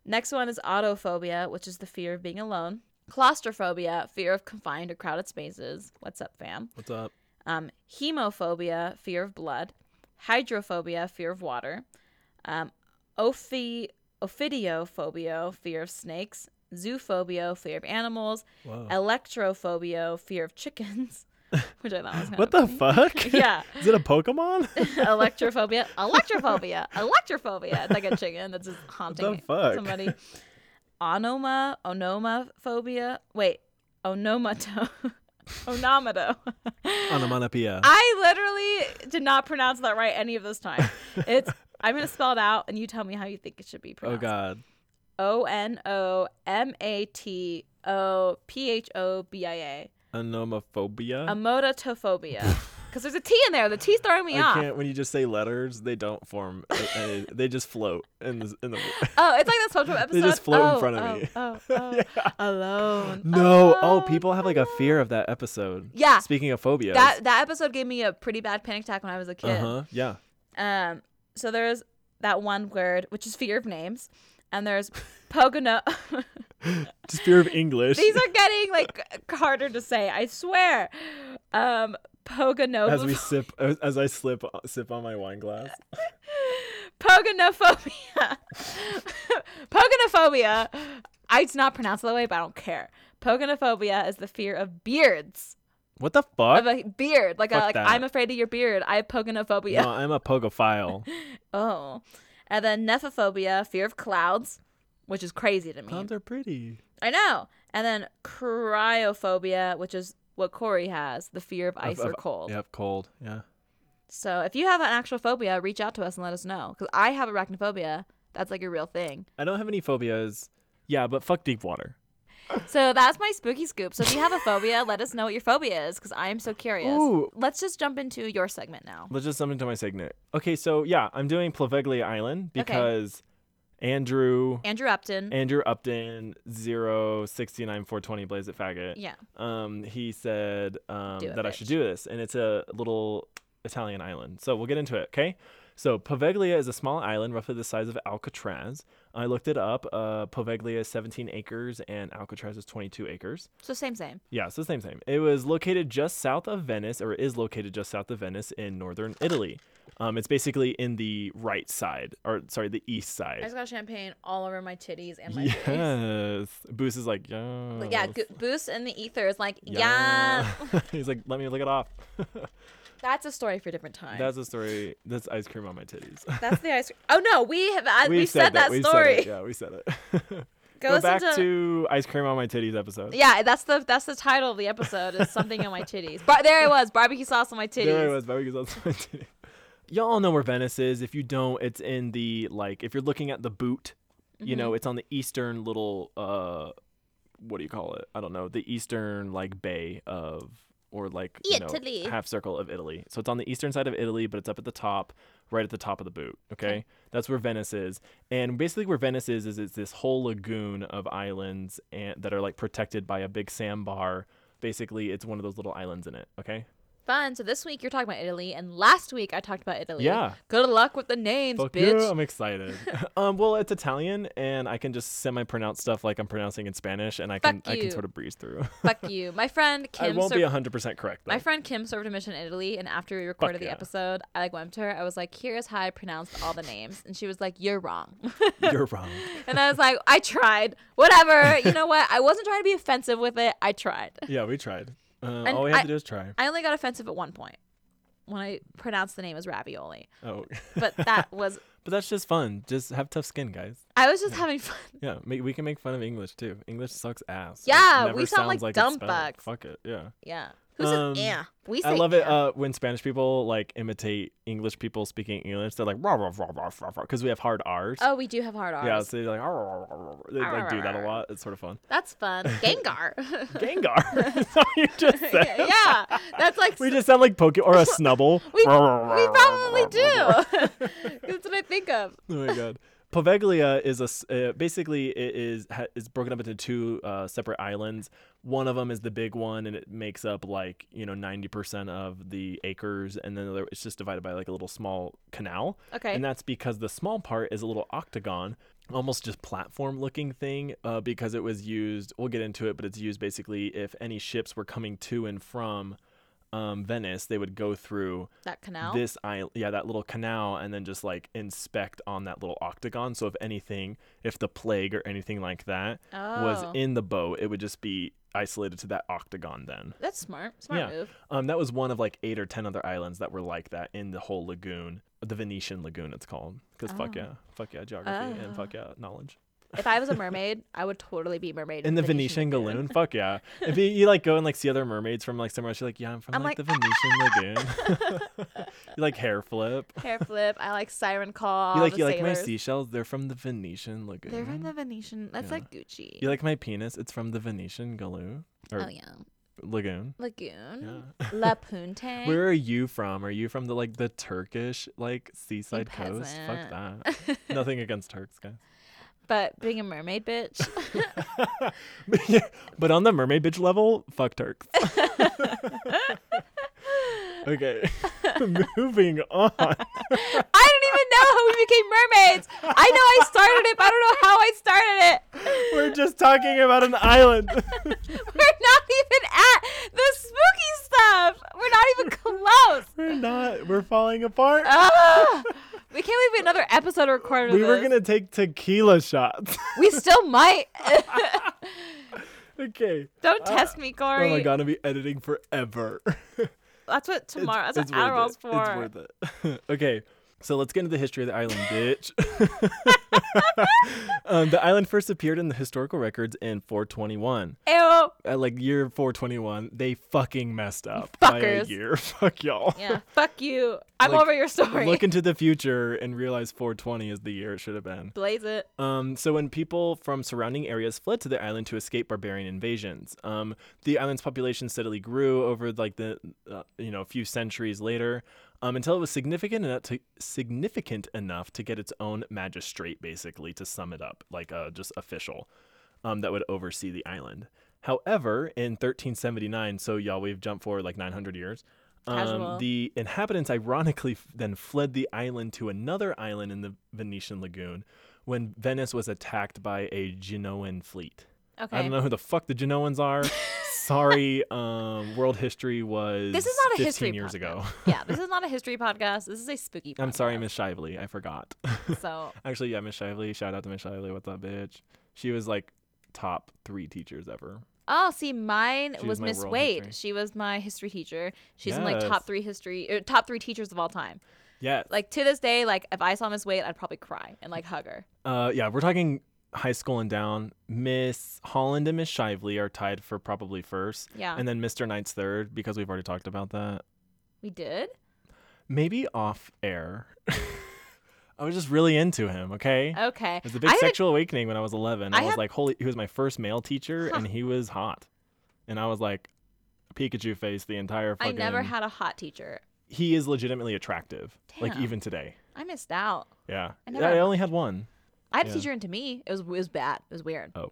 Next one is autophobia, which is the fear of being alone. Claustrophobia, fear of confined or crowded spaces. What's up, fam? What's up? Um, hemophobia, fear of blood. Hydrophobia, fear of water. Um, ophi- ophidiophobia, fear of snakes. Zoophobia, fear of animals. Whoa. Electrophobia, fear of chickens. Which I thought was kind what of the fuck? Yeah. Is it a Pokemon? electrophobia, electrophobia, electrophobia. It's like a chicken that's just haunting fuck? somebody. Onoma, onomophobia. Wait, onomato, onomato. Onomatopoeia. I literally did not pronounce that right any of those times. It's I'm gonna spell it out, and you tell me how you think it should be oh pronounced. god. O N O M A T O P H O B I A. Onomophobia. Emotophobia. Because there's a T in there. The T's throwing me I off. can't. When you just say letters, they don't form. a- a- they just float in the. In the Oh, it's like that SpongeBob episode. They just float in Oh, front of oh, me. Oh, oh, alone. no. Oh, alone, people have like a alone. fear of that episode. Yeah, Speaking of phobias. that that episode gave me a pretty bad panic attack when I was a kid. Uh huh. Yeah. Um, so there's that one word which is fear of names, and there's pogono. Just fear of English. These are getting like harder to say. I swear. Um, pogono. as we sip, as, as I slip, sip on my wine glass. Pogonophobia. Pogonophobia. I did not pronounce it that way, but I don't care. Pogonophobia is the fear of beards. What the Of fuck? a beard. Like, a, Fuck like that. I'm afraid of your beard. I have pogonophobia. No, I'm a pogophile. Oh. And then nephophobia, fear of clouds, which is crazy to me. Clowns are pretty. I know. And then cryophobia, which is what Corey has, the fear of ice or of- cold. Yep, cold. Yeah. So if you have an actual phobia, reach out to us and let us know. Because I have arachnophobia. That's like a real thing. I don't have any phobias. Yeah, but fuck deep water. So that's my spooky scoop. So if you have a phobia, let us know what your phobia is because I am so curious. Ooh. Let's just jump into your segment now. Let's just jump into my segment. Okay, so yeah, I'm doing Plaveglia Island because Andrew Andrew Upton. Andrew Upton 069420 Blaze it Faggot. yeah. Um, he said um, Do it, that I bitch. should do this, and it's a little Italian island. So we'll get into it, okay? So Poveglia is a small island, roughly the size of Alcatraz. I looked it up. Uh, Poveglia is 17 acres, and Alcatraz is 22 acres. So same, same. Yeah, so same same. It was located just south of Venice, or is located just south of Venice in northern Italy. Um, it's basically in the right side, or sorry, the east I side. just got champagne all over my titties and my face. Yes, Boos is like yeah. Like, Yeah, go- Boost in the ether is like, yeah. yeah. He's like, let me lick it off. That's a story for a different time. That's, That's a story. That's ice cream on my titties. the ice. Oh no, we have I, we've, said, that, We've story. Said it. Yeah, we said it. Go, Go listen to, back to ice cream on my titties episode. yeah. That's the that's the title of the episode. Is something on my titties. But there it was, barbecue sauce on my titties. There it was, barbecue sauce on my titties. Y'all know where Venice is. If you don't, it's in the like. If you're looking at the boot, you know it's on the eastern little. uh What do you call it? I don't know. The eastern like bay of or like you know, Italy. half circle of Italy. So it's on the eastern side of Italy, but it's up at the top, right at the top of the boot. Okay, that's where Venice is. And basically, where Venice is is it's this whole lagoon of islands and that are like protected by a big sandbar. Basically, it's one of those little islands in it. Okay. fun. So this week you're talking about Italy, and last week I talked about Italy. Yeah. Good luck with the names, Fuck bitch. yeah, I'm excited. um, well, it's Italian, and I can just semi-pronounce stuff like I'm pronouncing in Spanish, and I Fuck can I you. can sort of breeze through. Fuck you. My friend I Kim. won't Sor- be 100 percent correct though. my friend Kim served a mission in Italy, and after we recorded the yeah. episode, I like went to her. I was like, "Here's how I pronounced all the names," and she was like, "You're wrong." You're wrong. and I was like, "I tried. Whatever. You know what? I wasn't trying to be offensive with it. I tried. Yeah, we tried. Uh, And all we have I- to do is try. I only got offensive at one point when I pronounced the name as ravioli, Oh, but that was but that's just fun. Just have tough skin, guys. I was just having fun. Yeah, make, we can make fun of English too. English sucks ass. It Yeah, never we sound sounds like it's dumb spelled. bucks. Fuck it. Yeah. Yeah. Who Um, says yeah? We say I love it "eh." uh, when Spanish people like imitate English people speaking English. They're like rah rah rah rah rah because we have hard R's. oh, we do have hard R's. Yeah, so they're like, "Arr, arr, arr, arr." they like do that a lot. It's sort of fun. That's fun. Gengar. Gengar, is what you just said. yeah, that's like We just sound like Poke or a Snubble. We- we we probably do. That's what I think of. Oh my god. Poveglia is a s- uh, basically it is ha, is broken up into two uh, separate islands. One of them is the big one, and it makes up like you know ninety percent of the acres, and then the other, it's just divided by like a little small canal. Okay. And that's because the small part is a little octagon, almost just platform looking thing, uh, because it was used. We'll get into it, but it's used basically if any ships were coming to and from um, Venice, they would go through That canal. this island yeah that little canal and then just like inspect on that little octagon so if anything if the plague or anything like that oh, was in the boat it would just be isolated to that octagon then that's smart. Smart Yeah. move. um that was one of like eight or ten other islands that were like that in the whole lagoon the venetian lagoon it's called because fuck Oh. yeah fuck yeah geography and fuck yeah knowledge If I was a mermaid, I would totally be mermaid in the Venetian, Lagoon. Galloon, fuck yeah! If you, you like go and like see other mermaids from like somewhere, else, you're like, yeah, I'm from I'm like, like, the Venetian Lagoon. you like hair flip. Hair flip. I like siren call. You all like the you like my sailors. seashells? They're from the Venetian lagoon. They're from the Venetian. That's Yeah. like Gucci. You like my penis? It's from the Venetian galoo or oh yeah, Mm, lagoon. Yeah. lagoon. La Punta. Where are you from? Are you from the like the Turkish like seaside coast? peasant. Fuck that. Nothing against Turks, guys. but being a mermaid, bitch. but on the mermaid bitch level, fuck Turks. okay. Moving on. I don't even know how we became mermaids. I know I started it, but I don't know how I started it. We're just talking about an island. We're not even at the spooky stuff. We're not even close. we're not. We're falling apart. Ugh. we can't leave another episode recorded. of we were this. going to take tequila shots. We still might. okay. don't test me, Corey. Oh my god, I'll be editing forever. That's what tomorrow. It's- that's it's what Adderall's worth it. for. It's worth it. okay, so let's get into the history of the island, bitch. um, the island first appeared in the historical records in 421. Ew. At like year 421, they fucking messed up by a fuckers. year. Fuck y'all. Yeah. Fuck you. I'm Like, over your story. Look into the future and realize 420 is the year it should have been. Blaze it. Um, so when people from surrounding areas fled to the island to escape barbarian invasions, um, the island's population steadily grew over like the uh, you know a few centuries later, um, until it was significant enough to significant enough to get its own magistrate, basically to sum it up, like uh, just official, um, that would oversee the island. However, in 1379, so y'all we've jumped forward like 900 years. Casual. Um, the inhabitants ironically f- then fled the island to another island in the Venetian lagoon when Venice was attacked by a Genoan fleet. Okay. I don't know who the fuck the Genoans are. Sorry, um, world history was This is not a 15 history years ago. podcast. yeah, this is not a history podcast. This is a spooky podcast. I'm sorry, Miss Shively. I forgot. So Actually, yeah, Miss Shively. Shout out to Miss Shively. What's up, bitch? She was like top three teachers ever. Oh, see, mine She was was my Miss world Wade. history. She was my history teacher. She's in like top Yes. three history, or top three teachers of all time. Yeah. Like to this day, like if I saw Miss Wade, I'd probably cry and like hug her. Uh, yeah, we're talking high school and down. Miss Holland and Miss Shively are tied for probably first, Yeah, and then Mr. Knight's third because we've already talked about that. we did. Maybe off air. I was just really into him. Okay. Okay, It was a big Uh, I had- sexual awakening when I was 11. I I, was had- like, holy, he was my first male teacher Huh. and he was hot. And I was like, Pikachu face the entire I fucking. never had a hot teacher. He is legitimately attractive, like Damn. even today. I missed out. Yeah. I I, never- only had one. I had a Yeah. teacher into me. It was it was bad. It was weird. Oh.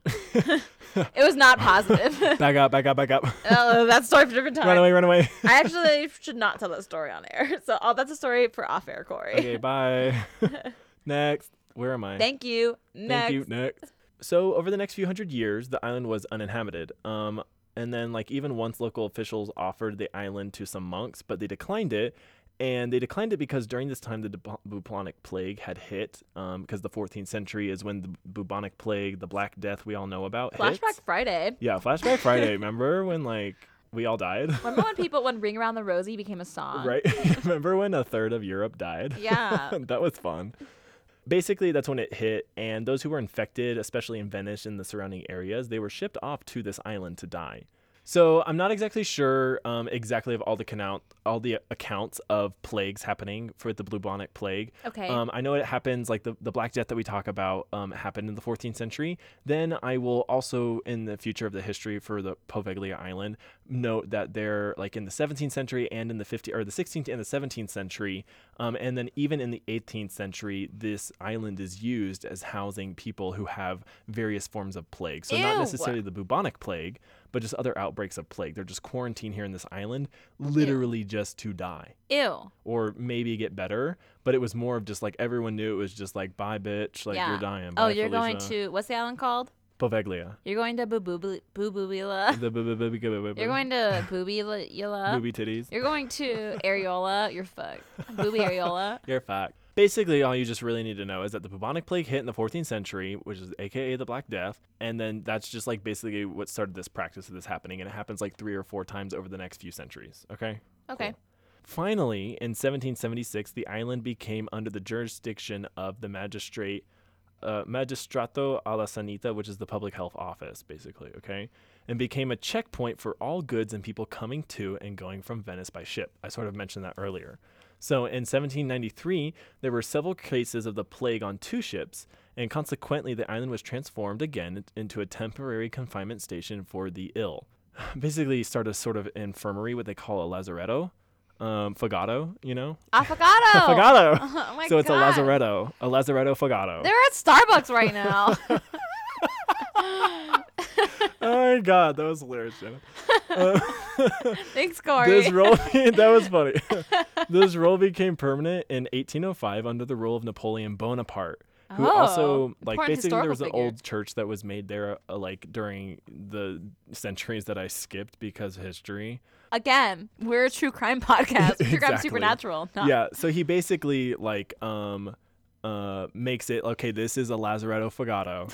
It was not positive. back up, back up, back up. oh, that's a story for a different time. run away, run away. I actually should not tell that story on air. So oh, that's a story for off air, Corey. Okay, bye. Next. Where am I? Thank you. Next. Thank you. Next. So over the next few hundred years, the island was uninhabited. Um, and then like even once local officials offered the island to some monks, but they declined it. And they declined it because during this time the bu- bubonic plague had hit. Um, because the 14th century is when the bubonic plague, the Black Death we all know about, hits. Flashback Friday. Yeah, Flashback Friday. remember when like we all died? Remember when people when Ring Around the Rosie became a song? right? remember when a third of Europe died? Yeah. that was fun. Basically, that's when it hit, and those who were infected, especially in Venice and the surrounding areas, they were shipped off to this island to die. So I'm not exactly sure um, exactly of all the canal- all the accounts of plagues happening for the bubonic plague. Okay. Um, I know it happens like the, the Black Death that we talk about um, happened in the 14th century. Then I will also in the future of the history for the Poveglia Island note that they're like in the 17th century and in the 50 or the 16th and the 17th century, um, and then even in the 18th century, this island is used as housing people who have various forms of plague. So not Ew. necessarily the bubonic plague, but just other outbreaks of plague. They're just quarantined here in this island, literally just to die Ew. or maybe get better. But it was more of just like everyone knew it was just like bye bitch, like yeah. you're dying. Oh, Bye, you're going Felicia." to what's the island called? Poveglia. You're going to Boobubula. Boobubula. The You're going to Boobula. booby titties. You're going to Areola. You're fucked. Booby Areola. You're fucked. Basically, all you just really need to know is that the bubonic plague hit in the 14th century, which is AKA the Black Death, and then that's just like basically what started this practice of this happening, and it happens like three or four times over the next few centuries. Okay. Okay. Finally, in 1776, the island became under the jurisdiction of the magistrate, uh, Magistrato alla Sanita, which is the public health office, basically, okay? And became a checkpoint for all goods and people coming to and going from Venice by ship. I sort of mentioned that earlier. So in 1793, there were several cases of the plague on two ships, and consequently, the island was transformed again into a temporary confinement station for the ill. Basically, start a sort of infirmary, what they call a lazaretto, um, fagato, you know? Affogato. Fagato! Oh my so it's a God. lazaretto, a lazaretto fagato. They're at Starbucks right now. oh my god, that was hilarious, Jenna. Thanks, Corey. This role, that was funny. this role became permanent in 1805 under the rule of Napoleon Bonaparte, who Oh, also like important basically there was historical an figure. old church that was made there uh, like during the centuries that I skipped because of history. Again, we're a true crime podcast. True crime Exactly. supernatural. Not Yeah, so he basically like um uh makes it okay. This is a Lazaretto Fogato.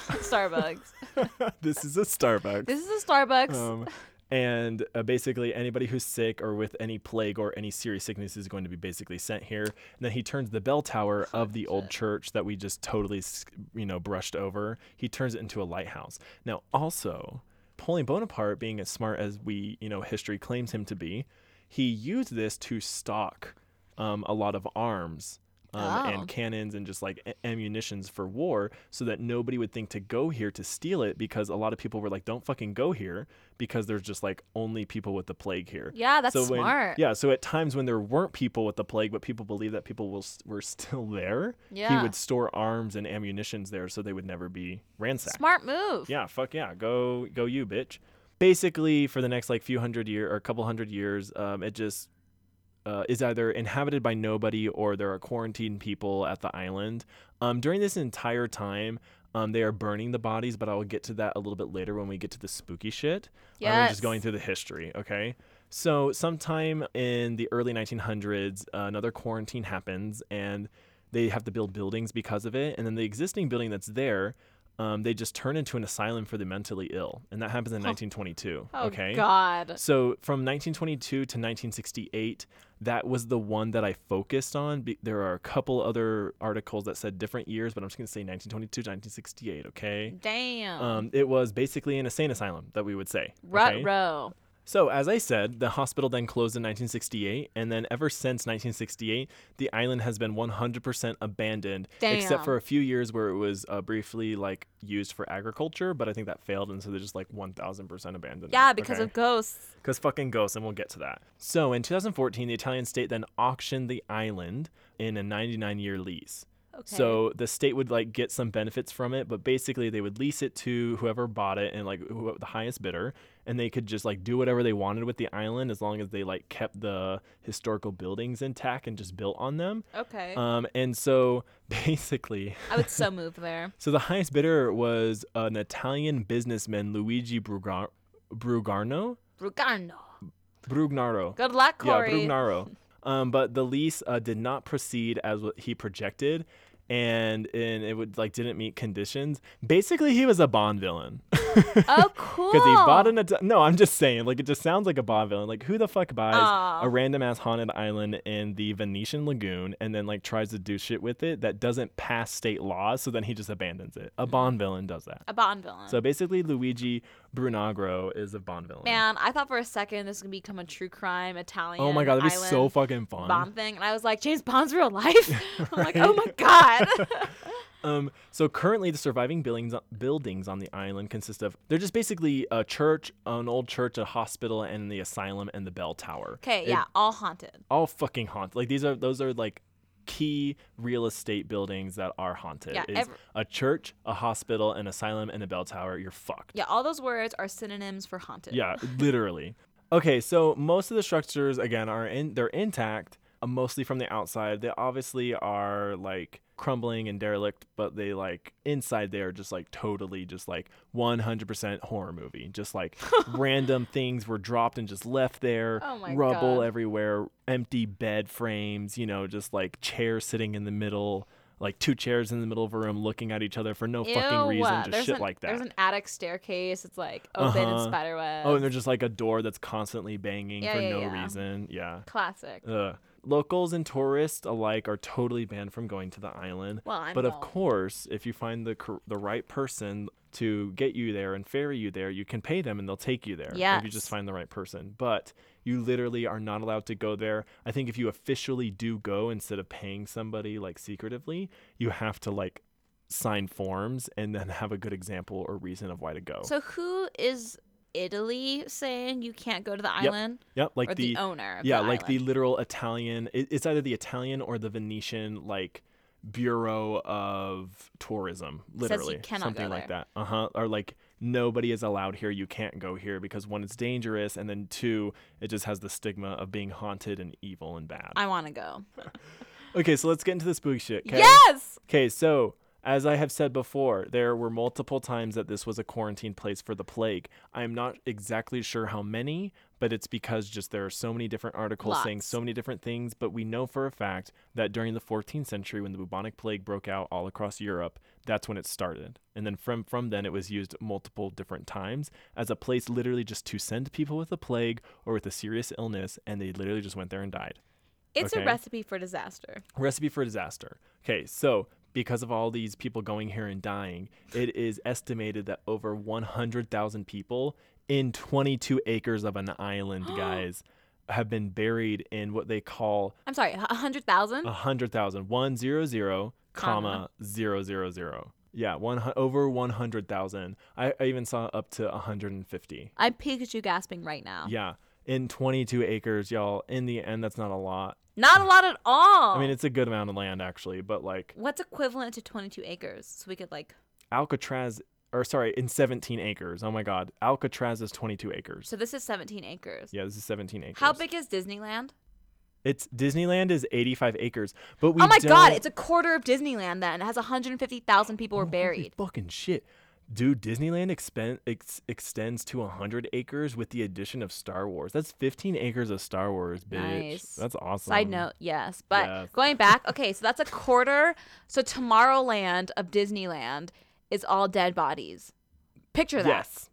Starbucks. this is a Starbucks. This is a Starbucks. Um, and uh, basically, anybody who's sick or with any plague or any serious sickness is going to be basically sent here. And then he turns the bell tower of the old church that we just totally, s- you know, brushed over. He turns it into a lighthouse. Now, also, Napoleon Bonaparte, being as smart as we, you know, history claims him to be, he used this to stock um, a lot of arms um, Oh. and cannons and just like a- ammunitions for war so that nobody would think to go here to steal it because a lot of people were like don't fucking go here because there's just like only people with the plague here yeah, that's so when, smart. yeah so at times when there weren't people with the plague but people believed that people was, were still there Yeah. he would store arms and ammunitions there so they would never be ransacked Smart move. yeah, fuck yeah, go go you, bitch. Basically, for the next like few hundred year or a couple hundred years, um, it just uh, is either inhabited by nobody or there are quarantined people at the island. Um, during this entire time, um, they are burning the bodies, but I will get to that a little bit later when we get to the spooky shit. Um, we're Yes. just going through the history, okay? So, sometime in the early 1900s, uh, another quarantine happens and they have to build buildings because of it. And then the existing building that's there, um, they just turn into an asylum for the mentally ill. And that happens in 1922, Oh okay? God. So from 1922 to 1968, that was the one that I focused on. Be- there are a couple other articles that said different years, but I'm just going to say 1922 to 1968, Mm. okay? Damn. Um, it was basically an insane asylum that we would say. Rut okay? row. So, as I said, the hospital then closed in 1968, and then ever since 1968, the island has been 100% abandoned, Damn. except for a few years where it was uh, briefly like used for agriculture, but I think that failed, and so they just like 1,000% abandoned. Yeah, it, because okay? of ghosts. Because fucking ghosts, and we'll get to that. So in 2014, the Italian state then auctioned the island in a 99 year lease. Okay. So the state would like get some benefits from it, but basically they would lease it to whoever bought it and like who, the highest bidder, and they could just like do whatever they wanted with the island as long as they like kept the historical buildings intact and just built on them. okay, Um, and so basically, I would so move there. so the highest bidder was an Italian businessman, Luigi Brugar- Brugarno. Brugarno. Brugnaro. Good luck, Yeah, Corey. Brugnaro. Um, but the lease uh, did not proceed as what he projected, and and it would like didn't meet conditions. Basically, he was a Bond villain because oh, cool. he bought an. Ita- no, I'm just saying. Like it just sounds like a Bond villain. Like who the fuck buys Aw. a random ass haunted island in the Venetian lagoon and then like tries to do shit with it that doesn't pass state laws? So then he just abandons it. A Mm. Bond villain does that. a Bond villain. So basically, Luigi Brunagro is a Bond villain. Man, I thought for a second this was gonna become a true crime Italian. oh my god, that'd be island so fucking fun. Bond thing, and I was like, James Bond's real life. I'm like, oh my Right? god. Um, so currently, the surviving buildings buildings on the island consist of they're just basically a church, an old church, a hospital, and the asylum and the bell tower. okay, It- yeah, all haunted. all fucking haunted. Like these are those are like key real estate buildings that are haunted. Yeah, It's every- a church, a hospital, an asylum, and a bell tower. You're fucked. Yeah, all those words are synonyms for haunted. Yeah, literally. Okay, so most of the structures again are in they're intact, uh, mostly from the outside. They obviously are like crumbling and derelict, but they like inside they are just like totally just like 100% horror movie. Just like random things were dropped and just left there, Oh my rubble God. everywhere, empty bed frames, you know, just like chairs sitting in the middle. Like two chairs in the middle of a room looking at each other for no fucking Ew, uh, reason, just there's shit an- like that. There's an attic staircase. It's like open Uh-huh. and spider web. Oh, and they're just like a door that's constantly banging Yeah, for yeah, no yeah. reason. Yeah. classic. Ugh. Locals and tourists alike are totally banned from going to the island. Well, I'm but of going. course, if you find the cor- the right person to get you there and ferry you there, you can pay them and they'll take you there. If you Yes. just find the right person. But you literally are not allowed to go there. I think if you officially do go instead of paying somebody like secretively, you have to like sign forms and then have a good example or reason of why to go. So who is Italy saying you can't go to the island, yep, like or the, owner? Of yeah the like the island? literal italian it, it's either the italian or the venetian like bureau of tourism Says you literally cannot something go like there. that uh-huh or like nobody is allowed here you can't go here because one it's dangerous and then two it just has the stigma of being haunted and evil and bad I want to go. okay so let's get into the spooky shit okay Yes. okay so as I have said before, there were multiple times that this was a quarantine place for the plague. I'm not exactly sure how many, but it's because just there are so many different articles saying Lots. so many different things. But we know for a fact that during the 14th century, when the bubonic plague broke out all across Europe, that's when it started. And then from, from then, it was used multiple different times as a place literally just to send people with a plague or with a serious illness, and they literally just went there and died It's a Okay. recipe for disaster. recipe for disaster. Okay, so because of all these people going here and dying, it is estimated that over 100,000 people in 22 acres of an island, guys, have been buried in what they call I'm sorry, a hundred Uh-huh. thousand. 100,000, 100, Mm. comma, Comma. 000. Yeah, one, hu- over 100,000. I, I even saw up to 150. I'm Pikachu gasping right now. Yeah, in 22 acres, y'all. In the end, that's not a lot. Not a lot at all. I mean, it's a good amount of land, actually, but like what's equivalent to 22 acres? So we could like, Alcatraz, or sorry, in 17 acres. Oh my God. Alcatraz is 22 acres. so this is 17 acres. yeah, this is 17 acres. How big is Disneyland? It's Disneyland is 85 acres, but we. oh my god, don't- it's a quarter of Disneyland then. It has 150,000 people were Holy buried. Fucking shit, dude! Disneyland expen- ex- extends to 100 acres with the addition of Star Wars. That's 15 acres of Star Wars, bitch. Nice. That's awesome. Side note, yes. But Yes. going back, okay, so that's a quarter. So Tomorrowland of Disneyland is all dead bodies. Picture that. Yes.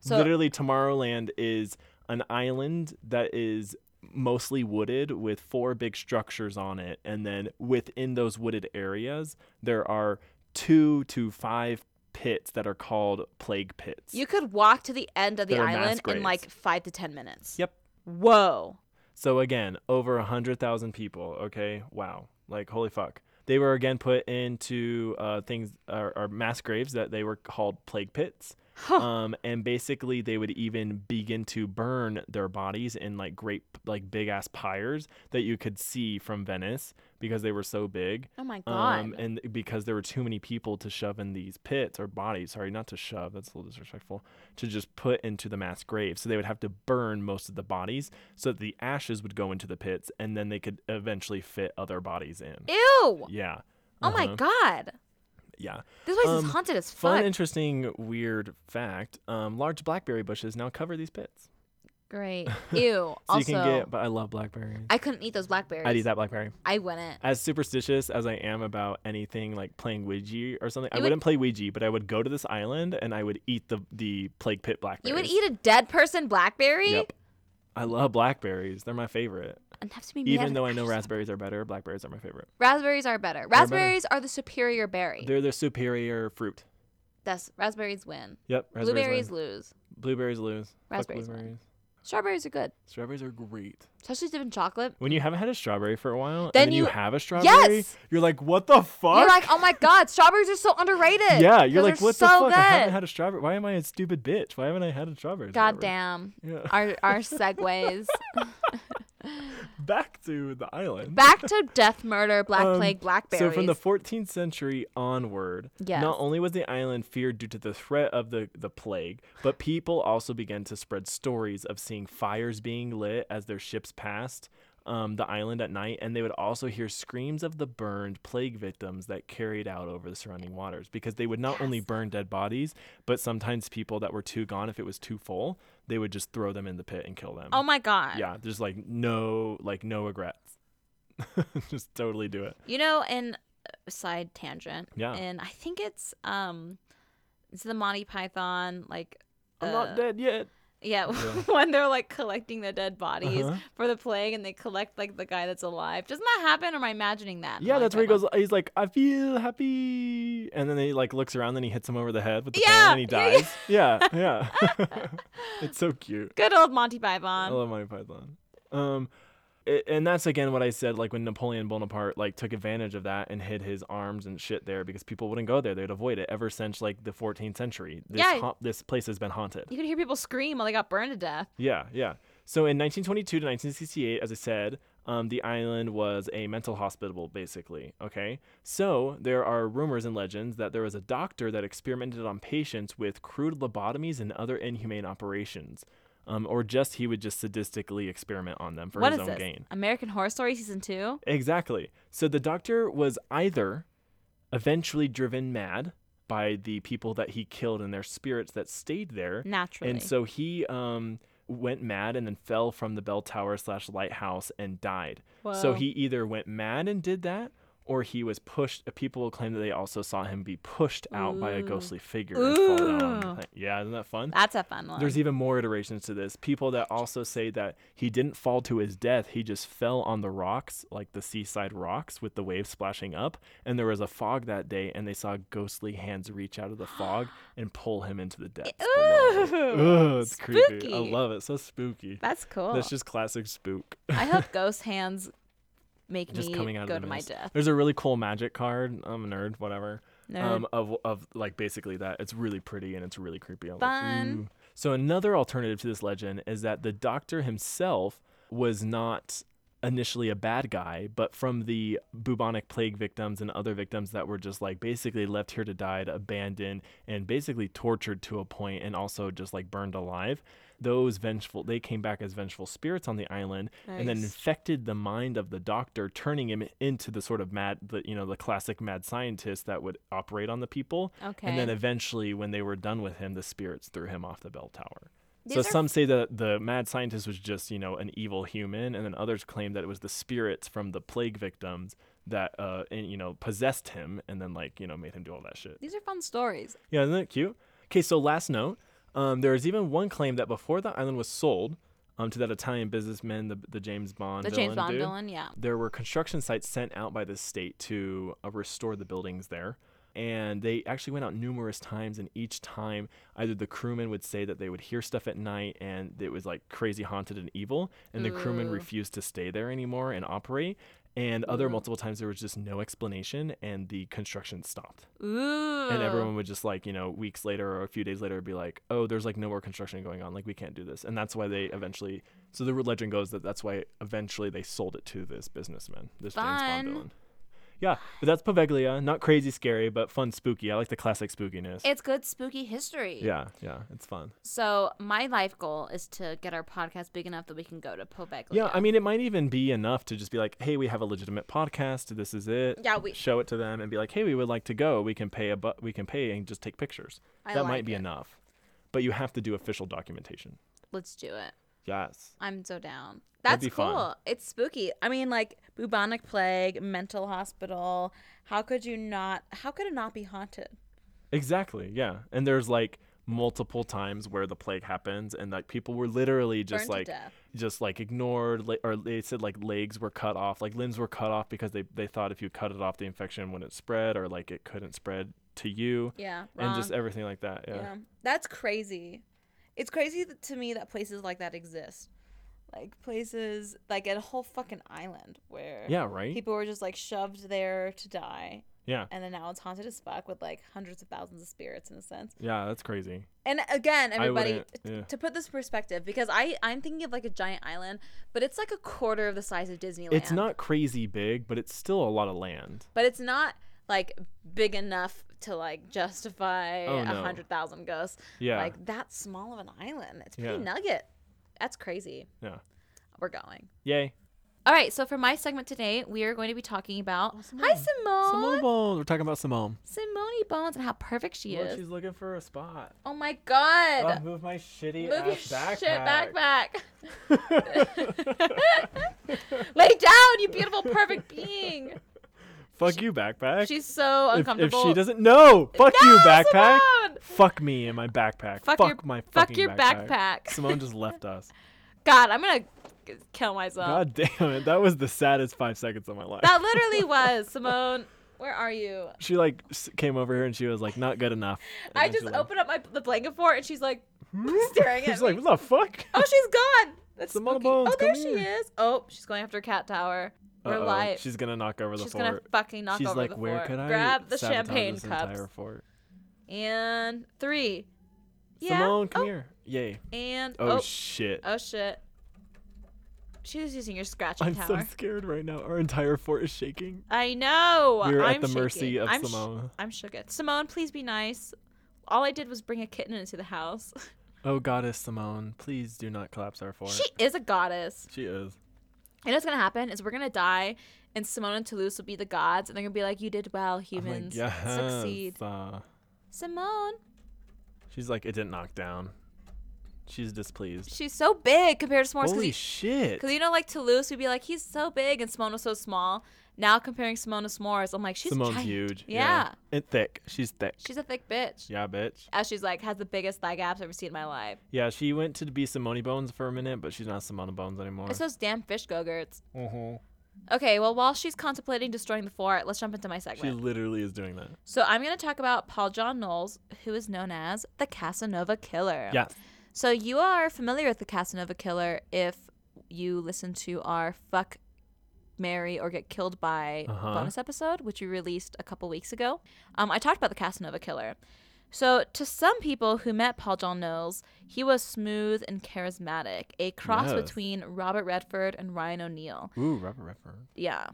So- Literally, Tomorrowland is an island that is mostly wooded with four big structures on it. And then within those wooded areas, there are two to five pits that are called plague pits. You could walk to the end of the There are mass island in graves. like five to 10 minutes. Yep. Whoa. So, again, over a 100,000 people. Okay. Wow. Like, holy fuck. They were again put into uh, things, or, or mass graves that they were called plague pits. um, and basically they would even begin to burn their bodies in like great like big ass pyres that you could see from Venice because they were so big. Oh my god. Um, and because there were too many people to shove in these pits or bodies, sorry, not to shove, that's a little disrespectful, to just put into the mass grave. So they would have to burn most of the bodies so that the ashes would go into the pits and then they could eventually fit other bodies in. Ew. Oh Yeah. my Uh-huh. god. Yeah. This place Um, is haunted as fuck. Fun, interesting, weird fact. Um, large blackberry bushes now cover these pits. Great. Ew. So also, you can get, but I love blackberries. I couldn't eat those blackberries. I'd eat that blackberry. I wouldn't. As superstitious as I am about anything like playing Ouija or something, I You would- wouldn't play Ouija, but I would go to this island and I would eat the the plague pit blackberries. You would eat a dead person blackberry? Yep. I love blackberries. They're my favorite. It'd have to be made out Even of though I know ashes. raspberries are better, blackberries are my favorite. raspberries are better. Raspberries are the superior berry. They're the superior fruit. That's raspberries win. Yep. Raspberries Blueberries win. lose. Blueberries lose. Fuck Raspberries win. blueberries. Strawberries are good, Strawberries are great. especially dipped in chocolate. When you haven't had a strawberry for a while, Then and then you, you- have a strawberry, Yes! you're like, what the fuck? You're like, oh my god, strawberries are so underrated. yeah, you're 'cause like, they're what so the fuck? Good. I haven't had a strawberry. Why am I a stupid bitch? Why haven't I had a strawberry? god forever?" damn. Yeah. Our our segues Back to the island. back to death, murder, black Um, plague, blackberries. So from the 14th century onward, Yes. not only was the island feared due to the threat of the, the plague, but people also began to spread stories of seeing fires being lit as their ships passed um, the island at night, and they would also hear screams of the burned plague victims that carried out over the surrounding waters because they would not only Yes. burn dead bodies, but sometimes people that were too gone, if it was too full, they would just throw them in the pit and kill them. oh my god. yeah, there's like no like no regrets. just totally do it. You know, and uh, side tangent. Yeah. And I think it's um, it's the Monty Python like. I'm uh, not dead yet. Yeah, Yeah. when they're like collecting the dead bodies Uh-huh. for the plague, and they collect like the guy that's alive. Doesn't that happen? Or am I imagining that? in Yeah, Monty that's where he Python? goes. He's like, I feel happy, and then he like looks around, then he hits him over the head with the Yeah, fan, and he yeah, dies. Yeah, yeah. it's so cute. Good old Monty I Python. love Monty Python. Um, a- and that's again what I said. Like when Napoleon Bonaparte like took advantage of that and hid his arms and shit there because people wouldn't go there; they'd avoid it. Ever since like the 14th century, this Yeah. haunt- this place has been haunted. You could hear people scream while they got burned to death. Yeah, yeah. So in 1922 to 1968, as I said, um, the island was a mental hospital, basically. Okay. So there are rumors and legends that there was a doctor that experimented on patients with crude lobotomies and other inhumane operations, um, or just he would just sadistically experiment on them for What is his own this? gain. American Horror Story season two. Exactly. So the doctor was either eventually driven mad by the people that he killed and their spirits that stayed there, Naturally. and so he um, went mad and then fell from the bell tower slash lighthouse and died. So Whoa. he either went mad and did that, or he was pushed. uh, People claim that they also saw him be pushed out by a Ooh. ghostly figure and fall down. the Ooh. thing. Yeah, isn't that fun? that's a fun one. There's even more iterations to this. People that also say that he didn't fall to his death, he just fell on the rocks, like the seaside rocks with the waves splashing up, and there was a fog that day and they saw ghostly hands reach out of the fog and pull him into the depths. below. Ooh, Ugh, it's creepy. I Spooky. love it. So spooky. that's cool. That's just classic spook. I hope ghost hands make just me coming out go of to the my mist. death. There's a really cool magic card. I'm a nerd, whatever. Nerd. Um, of of like basically that. It's really pretty and it's really creepy. I'm like, Fun. "Ooh." so another alternative to this legend is that the doctor himself was not initially a bad guy, but from the bubonic plague victims and other victims that were just like basically left here to die, abandoned, and basically tortured to a point and also just like burned alive. Those vengeful, they came back as vengeful spirits on the island and then Nice. infected the mind of the doctor, turning him into the sort of mad, the, you know, the classic mad scientist that would operate on the people. And then Okay. eventually, when they were done with him, the spirits threw him off the bell tower. so These are- some say that the mad scientist was just, you know, an evil human, and then others claim that it was the spirits from the plague victims that, uh, and, you know, possessed him, and then like, you know, made him do all that shit. These are fun stories. Yeah, isn't that cute? Okay, so last note, um, there is even one claim that before the island was sold um, to that Italian businessman, the, the James Bond, The villain James Bond dude, villain, yeah. there were construction sites sent out by the state to uh, restore the buildings there. And they actually went out numerous times, and each time, either the crewmen would say that they would hear stuff at night and it was like crazy haunted and evil, and the crewmen Ooh. refused to stay there anymore and operate. And other multiple times there was just no explanation and the construction stopped. Ooh. And everyone would just like, you know, weeks later or a few days later be like, oh, there's like no more construction going on. Like we can't do this. And that's why they eventually, so the legend goes that that's why eventually they sold it to this businessman, this James Fun. Bond villain. Yeah, but that's Paveglia. Not crazy scary, but fun spooky. I like the classic spookiness. It's good spooky history. yeah, yeah, it's fun. So my life goal is to get our podcast big enough that we can go to Pobeglia. Yeah, I mean, it might even be enough to just be like, hey, we have a legitimate podcast. This is it. Yeah, we- show it to them and be like, hey, we would like to go. We can pay a bu- we can pay and just take pictures. I that like might be it. enough, but you have to do official documentation. Let's do it. Yes. I'm so down. That'd That's be cool. fun. It's spooky. I mean, like bubonic plague, mental hospital. How could you not? How could it not be haunted? Exactly. Yeah. And there's like multiple times where the plague happens and like people were literally just Burned like to death. just like ignored la- or they said like legs were cut off, like limbs were cut off because they they thought if you cut it off the infection wouldn't spread or like it couldn't spread to you Yeah. and Wrong. just everything like that. yeah. yeah. That's crazy. It's crazy th- to me that places like that exist. Like places like a whole fucking island where Yeah, right? people were just like shoved there to die yeah. and then now it's haunted as fuck with like hundreds of thousands of spirits in a sense. Yeah, that's crazy. And again, everybody, wouldn't- t- yeah. to put this in perspective, because I I'm thinking of like a giant island, but it's like a quarter of the size of Disneyland. It's not crazy big, but it's still a lot of land. but it's not like big enough to like justify Oh, a no. hundred thousand ghosts. Yeah. like that small of an island. It's pretty Yeah. nugget. That's crazy. Yeah. We're going. Yay. All right, so for my segment today, we are going to be talking about hi Oh, Simone, Simone Simone, Bones. We're talking about Simone. Bones, and how perfect she Look, is. she's looking for a spot. oh my god! I'll move my shitty Move your ass Oh, backpack. shit back back. Lay down, you beautiful, perfect being. Fuck you, backpack. She's so if, if uncomfortable. she doesn't, no. Fuck No, you, backpack. Simone! Fuck me and my backpack. Fuck Fuck, your- my fuck fucking your backpack. Simone just left us. God, I'm gonna g- kill myself. God damn it! That was the saddest five seconds of my life. That literally was Simone. Where are you? she like s- came over here and she was like, "Not good enough." And I then she just left. opened up my the blanket for it, and she's like staring at She's me. like, "What the fuck?" oh, she's gone. That's Simone spooky. Bones, Oh, there come she here. is. Oh, she's going after cat tower. We're Uh-oh, live. She's gonna knock over the She's fort. gonna fucking knock She's over like, the "Where fort. could I Grab the sabotage champagne this cups. entire fort?" And three. Yeah. Simone, come oh, here. Yay! And Oh, oh, shit! Oh shit. She was using your scratching I'm tower. so scared right now. Our entire fort is shaking. I know. We're I'm at the mercy shaking. of I'm sh- Simone. I'm shook. It. Simone, please be nice. All I did was bring a kitten into the house. Oh, goddess Simone, please do not collapse our fort. she is a goddess. She is. And what's gonna happen is we're gonna die, and Simone and Toulouse will be the gods, and they're gonna be like, "You did well, I'm like, humans. yes, Succeed, uh, Simone. she's like, it didn't knock down. She's displeased. She's so big compared to S'mores. Holy Because shit! you know, like Toulouse, would be like, he's so big, and Simone was so small. Now comparing Simone to S'mores, I'm like, she's Simone's giant. huge. Yeah. And thick. She's thick. She's a thick bitch. yeah, bitch. as she's like has the biggest thigh gap I've ever seen in my life. Yeah, she went to be Simone Bones for a minute, but she's not Simone Bones anymore. It's those damn fish go-gurts. Mhm. Okay, well while she's contemplating destroying the fort, let's jump into my She segment. literally is doing that. so I'm gonna talk about Paul John Knowles, who is known as the Casanova Killer. Yes. So you are familiar with the Casanova Killer if you listen to our fuck marry or get killed by Uh-huh. bonus episode which we released a couple weeks ago um, i talked about the casanova killer so to some people who met paul john knowles he was smooth and charismatic a cross Yes. between robert redford and ryan o'neill Ooh, rubber rubber. yeah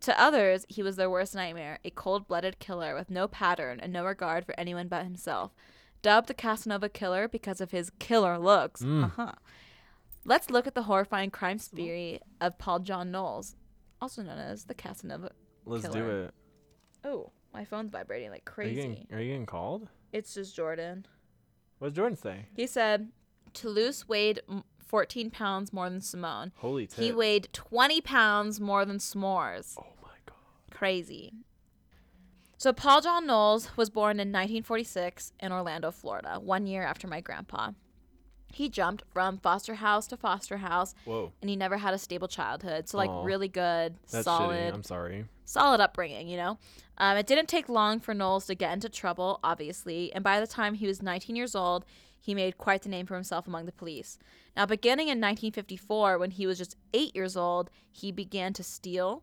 to others he was their worst nightmare a cold-blooded killer with no pattern and no regard for anyone but himself dubbed the casanova killer because of his killer looks Mm. uh-huh Let's look at the horrifying crime spree of Paul John Knowles, also known as the Casanova. Let's do Killer. it. Oh, my phone's vibrating like Are crazy. you, getting, are you getting called? It's just Jordan. What does Jordan say? He said Toulouse weighed m- 14 pounds more than Simone. Holy tit. He weighed 20 pounds more than S'mores. oh my god. Crazy. So Paul John Knowles was born in 1946 in Orlando, Florida, one year after my grandpa. He jumped from foster house to foster house Whoa. and he never had a stable childhood. So like Aw. really good, That's shitty. solid, I'm sorry. solid upbringing. You know, um, it didn't take long for Knowles to get into trouble, obviously, and by the time he was 19 years old, he made quite the name for himself among the police. Now, beginning in 1954, when he was just eight years old, he began to steal.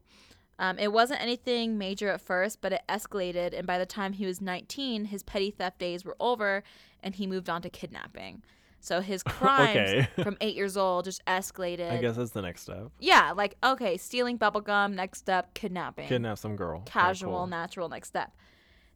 Um, it wasn't anything major at first, but it escalated, and by the time he was 19, his petty theft days were over, and he moved on to kidnapping. So his crimes Okay. from eight years old just escalated. I guess that's the next step. Yeah, like okay, stealing bubblegum, next step, kidnapping. Kidnap some girl. Alright, Casual, cool. natural, next step.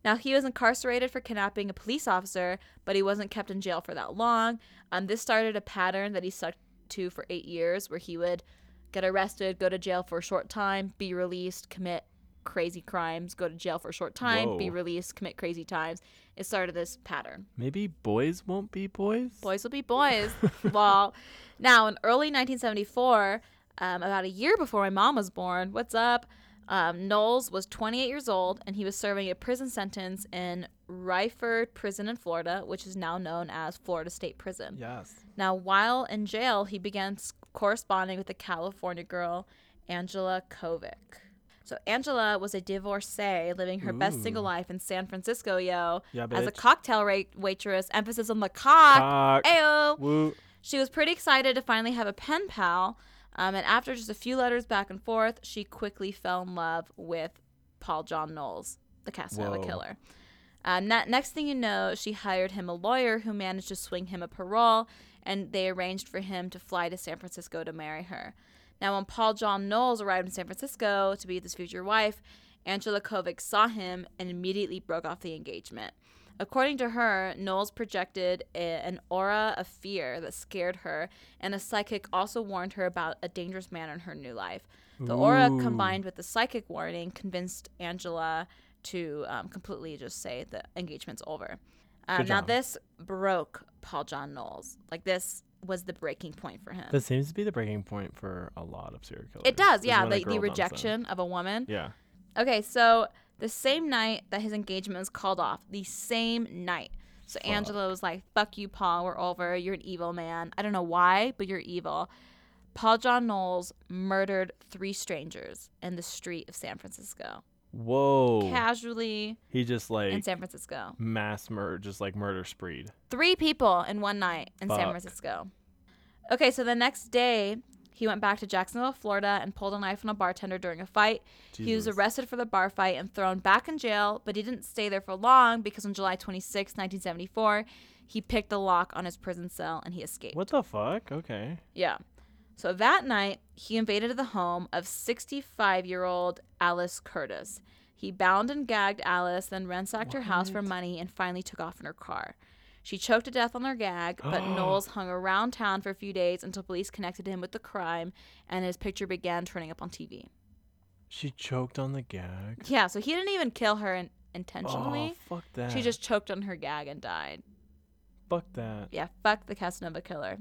Now he was incarcerated for kidnapping a police officer, but he wasn't kept in jail for that long. Um, this started a pattern that he stuck to for eight years, where he would get arrested, go to jail for a short time, be released, commit crazy crimes, go to jail for a short time, be Whoa. released, commit crazy times. It started this pattern. Maybe boys won't be boys. Boys will be boys. well, now in early 1974, um, about a year before my mom was born, what's up? Um, Knowles was 28 years old and he was serving a prison sentence in Ryford Prison in Florida, which is now known as Florida State Prison. Yes. Now, while in jail, he began s- corresponding with a California girl, Angela Kovic. So, Angela was a divorcee living her best single Ooh. life in San Francisco, yo, Yeah, as a bitch. cocktail ra- waitress, emphasis on the cock. Cock. Ayo. Woo. She was pretty excited to finally have a pen pal, um, and after just a few letters back and forth, she quickly fell in love with Paul John Knowles, the Casanova Whoa. killer. Uh, ne- next thing you know, she hired him a lawyer who managed to swing him a parole, and they arranged for him to fly to San Francisco to marry her. Now, when Paul John Knowles arrived in San Francisco to be with his future wife, Angela Kovic saw him and immediately broke off the engagement. According to her, Knowles projected a- an aura of fear that scared her, and a psychic also warned her about a dangerous man in her new life. The aura Ooh. combined with the psychic warning convinced Angela to um, completely just say the engagement's over. Um, Good now, job. this broke Paul John Knowles. Like, this was the breaking point for him. That seems to be the breaking point for a lot of serial killers. It does, is yeah. when a The, the girl dumps them. rejection of a woman. Yeah. Okay, so the same night that his engagement was called off, the same night. So Angela was like, fuck you, Paul. We're over. You're an evil man. I don't know why, but you're evil. Paul John Knowles murdered three strangers in the street of San Francisco. Whoa. Casually He just in like San Francisco. mass murder, just like murder spreed. Three people in one night in San Fuck. Francisco. Okay, so the next day, he went back to Jacksonville, Florida, and pulled a knife on a bartender during a fight. He was Jesus. arrested for the bar fight and thrown back in jail, but he didn't stay there for long because on July 26, 1974, he picked the lock on his prison cell and he escaped. What the fuck? Okay. Yeah. So that night, he invaded the home of 65 year old Alice Curtis. He bound and gagged Alice, then ransacked her house for money, and finally took off in her car. She choked to death on her gag, but Knowles hung around town for a few days until police connected him with the crime, and his picture began turning up on TV. She choked on the gag. Yeah, so he didn't even kill her in- Oh, intentionally. fuck that. she just choked on her gag and died. fuck that. Yeah, fuck the Casanova killer.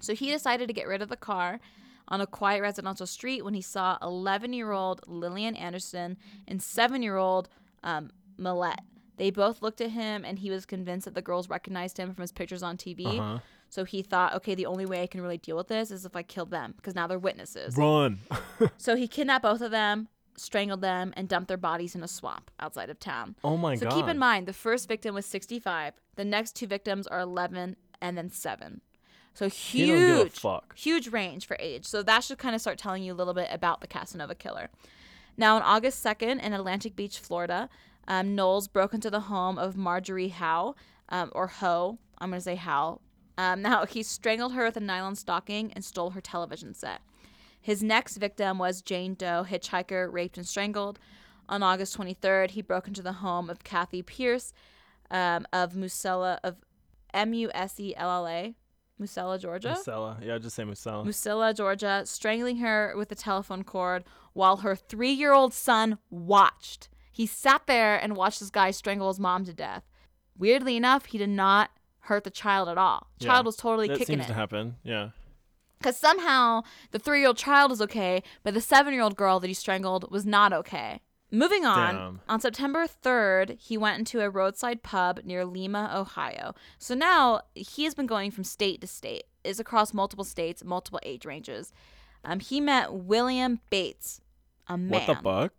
So he decided to get rid of the car on a quiet residential street when he saw 11 year old Lillian Anderson and 7 year old um, Millette. They both looked at him and he was convinced that the girls recognized him from his pictures on TV. Uh-huh. So he thought, okay, the only way I can really deal with this is if I kill them because now they're witnesses. Run. So he kidnapped both of them, strangled them, and dumped their bodies in a swamp outside of town. oh my So god. keep in mind, the first victim was 65. The next two victims are 11 and then 7. So He don't give a huge, fuck. huge range for age. So that should kind of start telling you a little bit about the Casanova killer. Now, on August 2nd in Atlantic Beach, Florida, um, Knowles broke into the home of Marjorie Howe, um, or Ho. I'm going to say Howe. Um, now, he strangled her with a nylon stocking and stole her television set. His next victim was Jane Doe, hitchhiker, raped and strangled. On August 23rd, he broke into the home of Kathy Pierce um, of Musella, of M U S E L L A, Musella, Georgia. Musella. Yeah, just say Musella. Musilla, Georgia, strangling her with a telephone cord while her three year old son watched. He sat there and watched this guy strangle his mom to death. Weirdly enough, he did not hurt the child at all. Yeah. Child was totally that kicking seems it. to happen. Yeah. Because somehow the three year old child is okay, but the seven year old girl that he strangled was not okay. Moving on, Damn. on September 3rd, he went into a roadside pub near Lima, Ohio. So now he has been going from state to state, is across multiple states, multiple age ranges. Um, he met William Bates, a man What the fuck?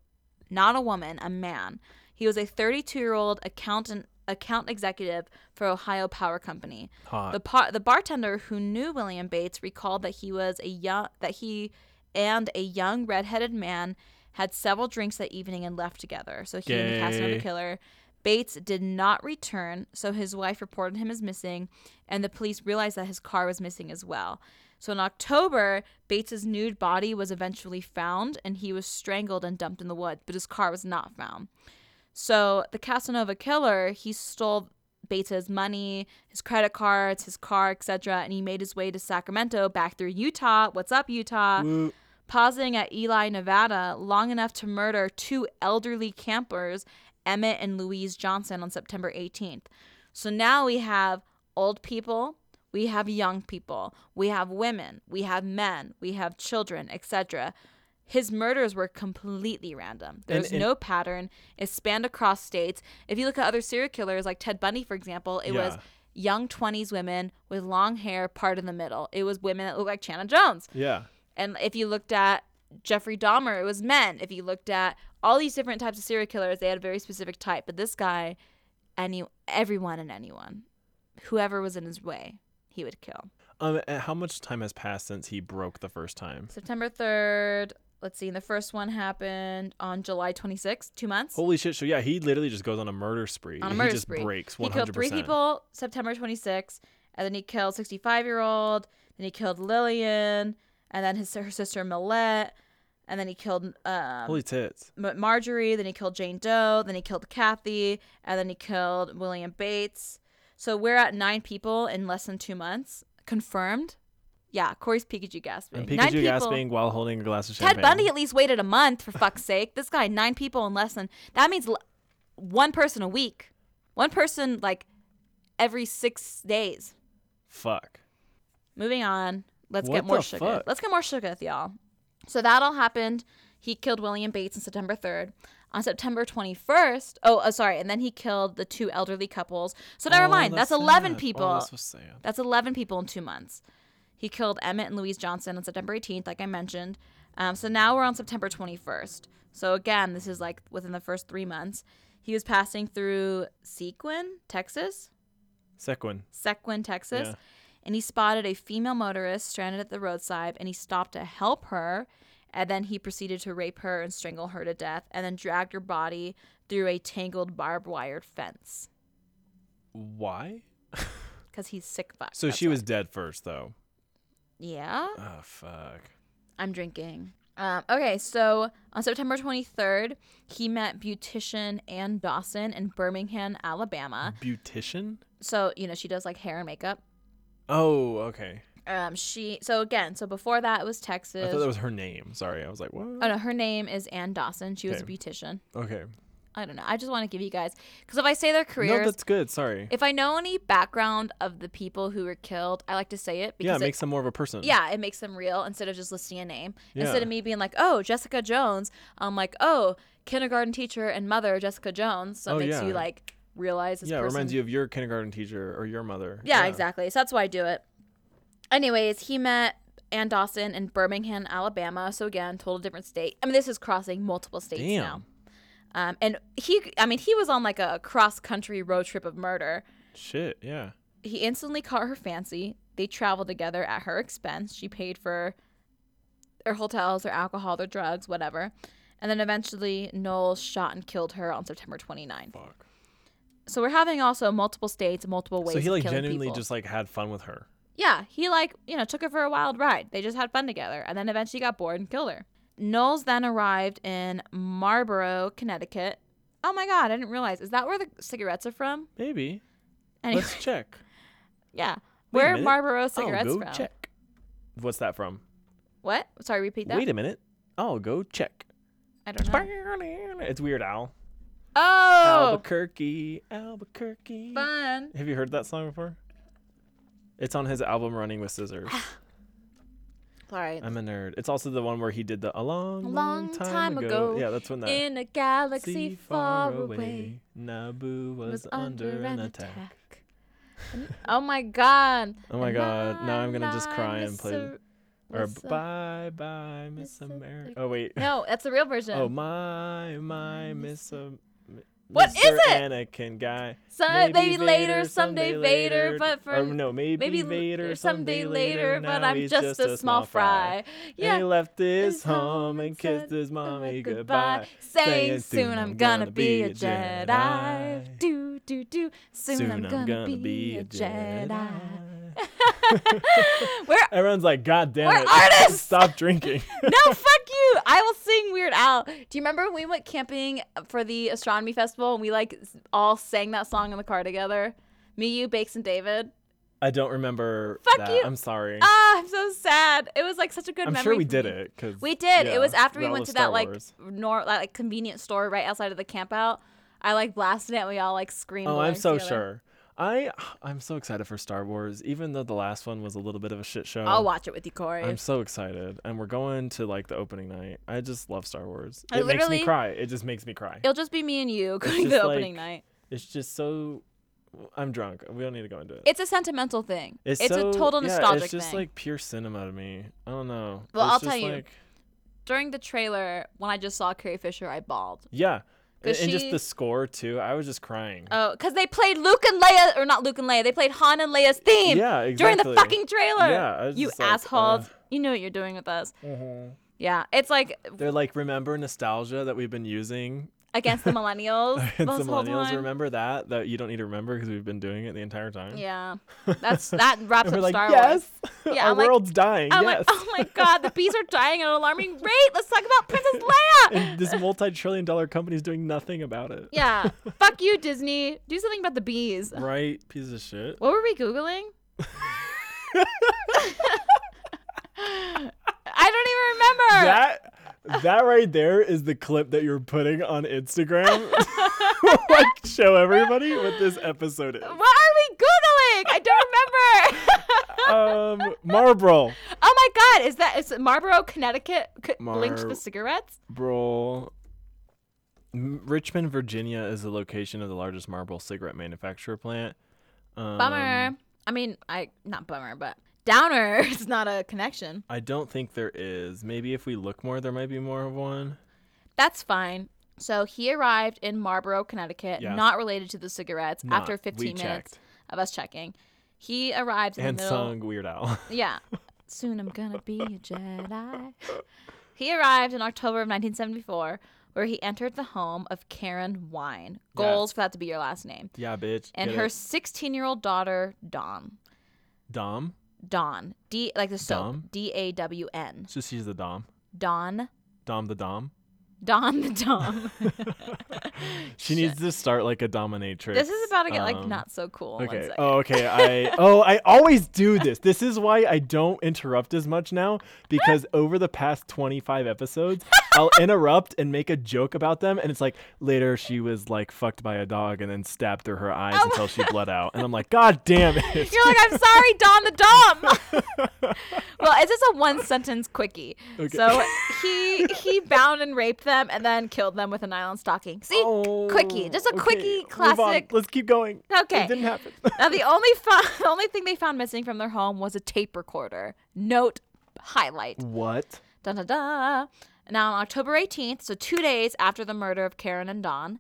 not a woman, a man. He was a 32 year old accountant, account executive for Ohio Power Company. Hot. The par- the bartender who knew William Bates recalled that he was a young that he and a young redheaded man had several drinks that evening and left together. So he and the cast another Gay. killer. Bates did not return, so his wife reported him as missing, and the police realized that his car was missing as well. So in October, Bates's nude body was eventually found, and he was strangled and dumped in the woods, but his car was not found. So the Casanova killer, he stole Bates's money, his credit cards, his car, etc., and he made his way to Sacramento, back through Utah. What's up, Utah? Woo. Pausing at Eli, Nevada, long enough to murder two elderly campers, Emmett and Louise Johnson, on September 18th. So now we have old people, we have young people, we have women, we have men, we have children, etc. His murders were completely random. There And- was and- no pattern. It spanned across states. If you look at other serial killers, like Ted Bundy, for example, it was Yeah. young 20s women with long hair, part in the middle. It was women that looked like Shannon Jones. Yeah. And if you looked at Jeffrey Dahmer, it was men. If you looked at all these different types of serial killers, they had a very specific type. But this guy, any everyone and anyone, whoever was in his way, he would kill. Um, and how much time has passed since he broke the first time? September third. Let's see. And the first one happened on July 26th, two months. Holy shit! So yeah, he literally just goes on a murder spree. On a he murder just spree. breaks he one killed hundred three percent. people September 26th, and then he killed 65 year old. Then he killed Lillian, and then his her sister Millette, and then he killed um, Holy tits! M- Marjorie, then he killed Jane Doe, then he killed Kathy, and then he killed William Bates. So we're at nine people in less than two months. Confirmed. Yeah, Corey's Pikachu gasping. And nine Pikachu gasping while holding a glass of Ted champagne. Bundy at least waited a month for fuck's sake. This guy, nine people in less than that means l- one person a week, one person like every six days. Fuck. Moving on. Let's What get more the sugar. fuck? Let's get more sugar, y'all. So that all happened. He killed William Bates on September 3rd. On September 21st, oh, oh, sorry, and then he killed the two elderly couples. So never Oh, mind. That's, 11 sad. people. Oh, that's so sad. That's 11 people in two months. He killed Emmett and Louise Johnson on September 18th, like I mentioned. Um, so now we're on September 21st. So again, this is like within the first three months. He was passing through Sequin, Texas. Sequin. Sequin, Texas, Yeah. and he spotted a female motorist stranded at the roadside and he stopped to help her. And then he proceeded to rape her and strangle her to death and then dragged her body through a tangled barbed wire fence Why? because he's sick fuck. So that's she why. was dead first, though. Yeah. Oh fuck. I'm drinking. Um, okay, so on September 23rd, he met beautician Ann Dawson in Birmingham, Alabama. Beautician. So, you know, she does like hair and makeup. Oh, okay. Um, she so again, so before that it was Texas. I thought that was her name. Sorry, I was like, Oh what? no, her name is Ann Dawson. She was a Okay. beautician. Okay. I don't know. I just want to give you guys because if I say their No, careers, that's good. Sorry. if I know any background of the people who were killed, I like to say it Yeah, because it makes them more of a person. yeah, it makes them real instead of just listing a name. Instead Yeah. of me being like, oh, Jessica Jones, I'm like, oh, kindergarten teacher and mother, Jessica Jones. So it Oh, makes yeah. you like realize this Yeah, it person. reminds you of your kindergarten teacher or your mother. Yeah, exactly. So that's why I do it. Anyways, he met Ann Dawson in Birmingham, Alabama. So again, total different state. I mean, this is crossing multiple states Damn. now. Um, and he, I mean, he was on like a cross country road trip of murder. Shit. Yeah. He instantly caught her fancy. They traveled together at her expense. She paid for their hotels, their alcohol, their drugs, whatever. And then eventually, Knowles shot and killed her on September 29th. Fuck. So we're having also multiple states, multiple ways. So he of like killing genuinely people. just like had fun with her. Yeah, he like, you know, took her for a wild ride. They just had fun together and then eventually got bored and killed her. Knowles then arrived in Marlboro, Connecticut. Oh my god, I didn't realize. Is that where the cigarettes are from? Maybe. Anyway, Let's check. yeah. Wait a Where are minute. Marlboro I'll cigarettes go from? check. What's that from? What? Sorry, repeat that. Wait a minute. I'll go check. I don't know. It's Weird Al. Uh-huh. Oh, Albuquerque, Albuquerque. fun. Have you heard that song before? It's on his album Running with Scissors. Sorry. I'm a nerd. It's also the one where he did the a long, Long time, time ago, Yeah, that's when that. In a galaxy far away Naboo was, was under an attack. attack. oh my god. Oh my And god! Now I'm gonna just I cry and miss play. a- or miss a- bye bye Miss Miss Am- America. Oh wait. No, that's the real version. Oh my my Miss Am- What Mr. is it? Anakin guy. Some, maybe, later, someday Vader, but for or no, maybe, maybe l- Vader someday someday later, but now I'm he's just, a small fry. Yeah. Yeah, he left his His home and said kissed his mommy goodbye, goodbye. saying soon I'm gonna be a Jedi. Do do do. Soon, I'm, gonna be a Jedi. We're Everyone's like, God damn We're it. artists!" Stop drinking. no fuck you. I will sing Weird Al. Do you remember when we went camping for the astronomy festival and we like s- all sang that song in the car together? Me, you, Bakes, and David. I don't remember Fuck that. you. I'm sorry. Ah, I'm so sad. It was like such a good I'm memory. sure we for did me. it. Cause, We did. yeah, it was after we that went was to Star that like Wars. nor that, like convenience store right outside of the camp out. I like blasted it and we all like screamed. Oh, along I'm so together. sure. I I'm so excited for Star Wars, even though the last one was a little bit of a shit show. I'll watch it with you, Corey. I'm so excited, and we're going to like the opening night. I just love Star Wars. I It makes me literally- cry. It just makes me cry. It'll just be me and you going to just the opening like- night. It's just so. I'm drunk. We don't need to go into it. It's a sentimental thing. It's, so- a total yeah, nostalgic It's just thing. like pure cinema to me. I don't know. Well, It's I'll just tell you. like- During the trailer, when I just saw Carrie Fisher, I bawled. Yeah, and, 'Cause and just she- the score too. I was just crying. Oh, because they played Luke and Leia, or not Luke and Leia, they played Han and Leia's theme yeah, exactly. during the fucking trailer. Yeah, I was you just like, assholes. uh, you know what you're doing with us. Yeah, it's like They're like, remember nostalgia that we've been using against the millennials. And this some whole millennials time. remember that that you don't need to remember because we've been doing it the entire time. Yeah, that's that wraps up And we're like, Star Wars. yes, Yeah, our I'm like- world's dying. I'm yes, like, oh my god, the bees are dying at an alarming rate. Let's talk about Princess Leia. and this multi-trillion-dollar company is doing nothing about it. yeah, fuck you, Disney. Do something about the bees. Right, piece of shit. What were we googling? I don't even remember. That that right there is the clip that you're putting on Instagram. like show everybody what this episode is. what are we googling? I don't remember. Um, Marlboro, oh my god, is that is Marlboro, Connecticut c- linked to Mar- the cigarettes? bro. M- Richmond, Virginia is the location of the largest Marlboro cigarette manufacturer plant. Um, Bummer. I mean, I not bummer, but downer is not a connection. I don't think there is. Maybe if we look more, there might be more of one. That's fine. So he arrived in Marlboro, Connecticut, Yes. not related to the cigarettes. Not. after 15 We minutes checked. of us checking, he arrived in And the middle. sung Weird Al. Yeah. Soon I'm gonna be a Jedi. He arrived in October of 1974, where he entered the home of Karen Wine. Goals for that to be your last name. yeah, bitch. And Get her it. 16 year old daughter, Dawn. dom. Dawn. D like the soap. Dawn? D A W N. So she's the dom. Dawn. Dom the dom. Dawn the Dom. She needs to start like a dominatrix. this is about to get like Um, not so cool. One Okay. second. Oh, okay. I oh, I always do this. This is why I don't interrupt as much now because over the past 25 episodes, I'll interrupt and make a joke about them, and it's like later she was like fucked by a dog and then stabbed through her eyes until she bled out, and I'm like, God damn it. Oh. You're like, I'm sorry, Don the Dom. well, it's just a one sentence quickie. Okay. So he he bound and raped them and then killed them with an nylon stocking. See, quickie, just a Oh, okay, quickie move on. classic. Let's keep going. Okay. It didn't happen. Now the only fo- the only thing they found missing from their home was a tape recorder. Note highlight. what? Da da da. Now on October 18th, so two days after the murder of Karen and Don.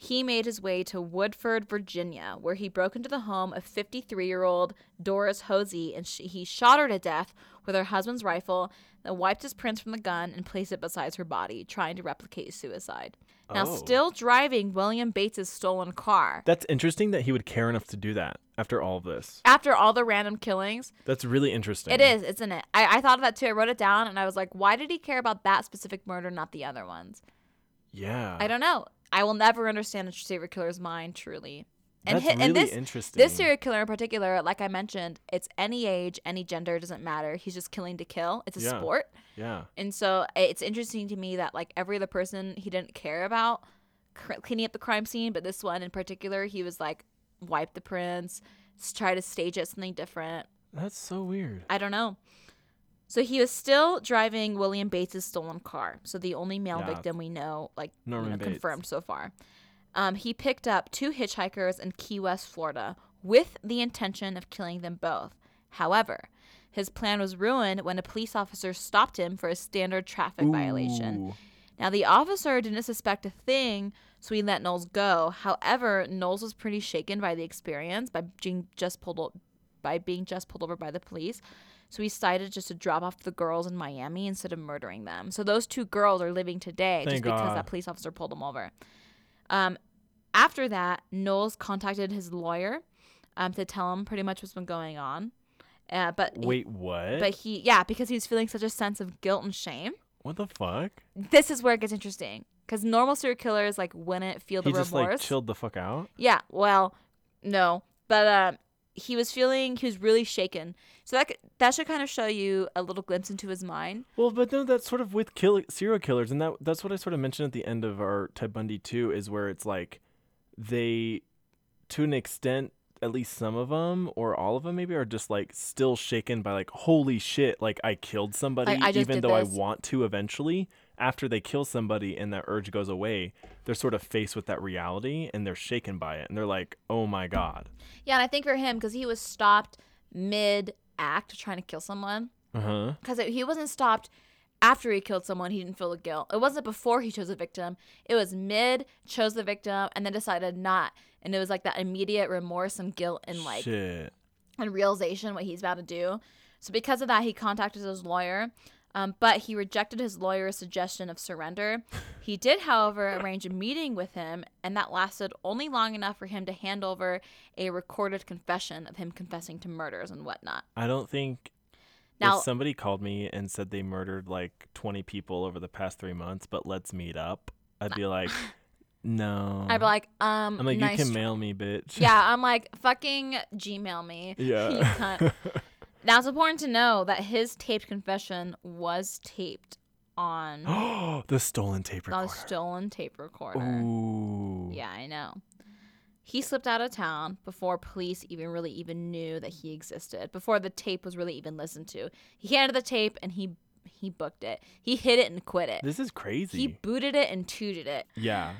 He made his way to Woodford, Virginia, where he broke into the home of 53 year old Doris Hosey and she, he shot her to death with her husband's rifle, then wiped his prints from the gun and placed it beside her body, trying to replicate suicide. Now, Oh. still driving William Bates' stolen car. That's interesting that he would care enough to do that after all of this. After all the random killings, That's really interesting. It is, isn't it? I, I thought of that too. I wrote it down and I was like, why did he care about that specific murder, not the other ones? Yeah. I don't know. I will never understand a serial killer's mind, truly. And, That's hi- and really this, interesting. this serial killer in particular, like I mentioned, it's any age, any gender, doesn't matter. He's just killing to kill. It's a Yeah. sport. Yeah. And so it's interesting to me that like every other person he didn't care about cr- cleaning up the crime scene, but this one in particular, he was like, wipe the prints, s- try to stage it something different. That's so weird. I don't know. So he was still driving William Bates' stolen car. So the only male Yeah. victim we know, like you Norman know, Bates. confirmed so far. Um, he picked up two hitchhikers in Key West, Florida, with the intention of killing them both. However, his plan was ruined when a police officer stopped him for a standard traffic violation. Ooh. Now, the officer didn't suspect a thing, So we let Knowles go. However, Knowles was pretty shaken by the experience by being just pulled o- by being just pulled over by the police. So he decided just to drop off the girls in Miami instead of murdering them. So those two girls are living today Thank just because God. that police officer pulled them over. Um, after that, Knowles contacted his lawyer um, to tell him pretty much what's been going on. Uh, but he- Wait, what? but he, yeah, because he was feeling such a sense of guilt and shame. what the fuck? This is where it gets interesting because normal serial killers like wouldn't feel the He just like remorse. chilled the fuck out. Yeah, well, no, but um, he was feeling he was really shaken. So that c- that should kind of show you a little glimpse into his mind. Well, but no, that's sort of with kill- serial killers, and that that's what I sort of mentioned at the end of our Ted Bundy too, is where it's like they, to an extent, at least some of them or all of them maybe are just like still shaken by like holy shit, like I killed somebody, I just even did though I this. want to eventually. After they kill somebody and that urge goes away, they're sort of faced with that reality and they're shaken by it and they're like, oh my god. Yeah, and I think for him because he was stopped mid act trying to kill someone Uh huh. because he wasn't stopped after he killed someone he didn't feel the guilt it wasn't before he chose a victim it was mid chose the victim and then decided not and it was like that immediate remorse and guilt and like shit. and realization what he's about to do. So because of that, he contacted his lawyer, um, but he rejected his lawyer's suggestion of surrender. He did, however, arrange a meeting with him, and that lasted only long enough for him to hand over a recorded confession of him confessing to murders and whatnot. I don't think Now- if somebody called me and said they murdered like 20 people over the past three months, but let's meet up, I'd be like, no. I'd be like, um, I'm like, nice you can try." mail me, bitch. yeah, I'm like, fucking Gmail me. You cunt. Yeah. Now it's important to know that his taped confession was taped on Oh, the stolen tape on a recorder. stolen tape recorder. Ooh. Yeah, I know. He slipped out of town before police even really even knew that he existed. Before the tape was really even listened to. He handed the tape and he he booked it. He hid it and quit it. This is crazy. He booted it and tooted it. Yeah.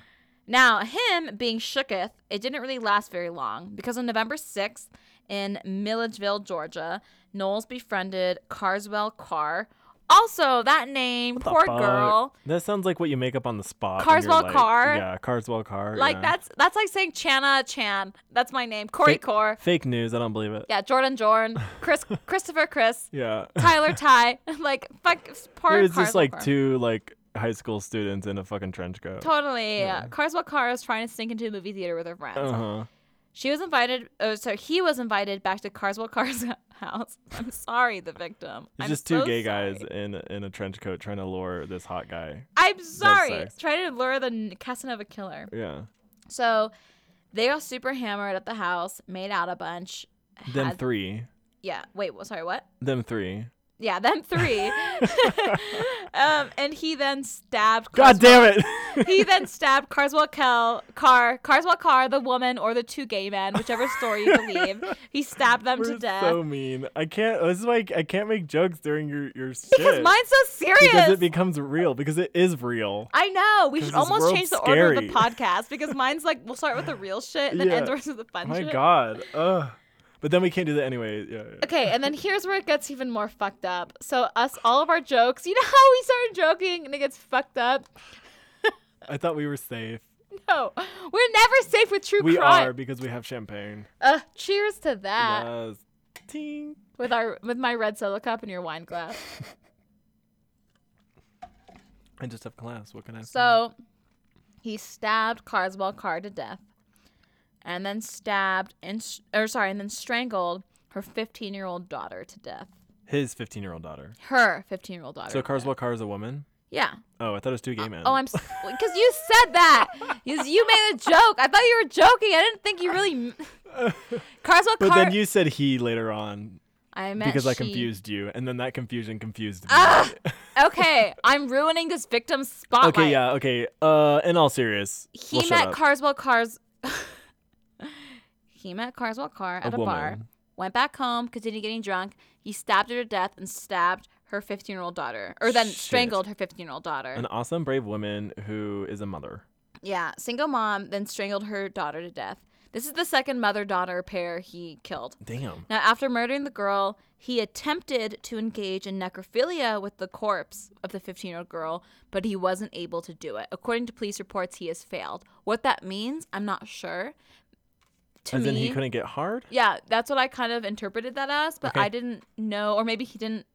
Now, him being shooketh, it didn't really last very long because on November 6th in Milledgeville, Georgia, Knowles befriended Carswell Carr. Also, that name, poor Fuck. girl. That sounds like what you make up on the spot. when you're Carswell like- Carr. Yeah, Carswell Car. Like that's that's like saying Chana Chan. That's my name. Corey Fake- Core. Fake news. I don't believe it. Yeah, Jordan Jordan, Chris Christopher Chris, Yeah. Tyler Ty, like fuck poor it was just Carswell like Carr. two like high school students in a fucking trench coat. Totally. Yeah. Carswell Carr was trying to sneak into a movie theater with her friends. Uh huh. She was invited oh so he was invited back to Carswell Carr's house. I'm sorry, the victim. It's I'm just two so gay sorry. guys in in a trench coat trying to lure this hot guy. I'm sorry. sex. Trying to lure the n- Casanova killer. Yeah. So they are super hammered at the house, made out a bunch. Them had- three. yeah. Wait, what sorry, what? Them three. Yeah, them three. um, and he then stabbed. God Carswell- damn it! He then stabbed Carswell Kel, Car, Carswell Carr, the woman, or the two gay men, whichever story you believe. He stabbed them to We're death. so mean. I can't. This is why I can't make jokes during your your shit. because mine's so serious. Because it becomes real. Because it is real. I know. We 'Cause should this almost world's change the order of the scary. podcast because mine's like we'll start with the real shit and then Yeah. end the rest with the fun My shit. God. Ugh. But then we can't do that anyway. Yeah. yeah. Okay, and then here's where it gets even more fucked up. So us, all of our jokes. You know how we started joking and it gets fucked up. I thought we were safe. No, we're never safe with true We crime. are because we have champagne. Uh, cheers to that. yes. Ting. with our with my red solo cup and your wine glass. I just have class. What can I say? So he stabbed Carswell Carr to death, and then stabbed and s- or sorry, and then strangled her 15 year old daughter to death. His 15 year old daughter. Her 15 year old daughter. So to death. Carswell Carr is a woman. Yeah. Oh, I thought it was two gay men. Oh, I'm because you said that. You, you made a joke. I thought you were joking. I didn't think you really. m- Carswell But Carr. then you said he later on I meant because I she. confused you, and then that confusion confused me. Ah! okay, I'm ruining this victim's spotlight. okay, yeah, okay. Uh, in all serious, he we'll shut met up. Carswell Cars. he met Carswell Carr at a, bar. woman. Went back home, continued getting drunk. He stabbed her to death and stabbed her 15 year old daughter, or then Shit. strangled her 15 year old daughter. an awesome, brave woman who is a mother. yeah, single mom, then strangled her daughter to death. This is the second mother daughter pair he killed. Damn. Now, after murdering the girl, he attempted to engage in necrophilia with the corpse of the 15 year old girl, but he wasn't able to do it. According to police reports, he has failed. What that means, I'm not sure. To As me, in he couldn't get hard? yeah, that's what I kind of interpreted that as, but Okay. I didn't know, or maybe he didn't.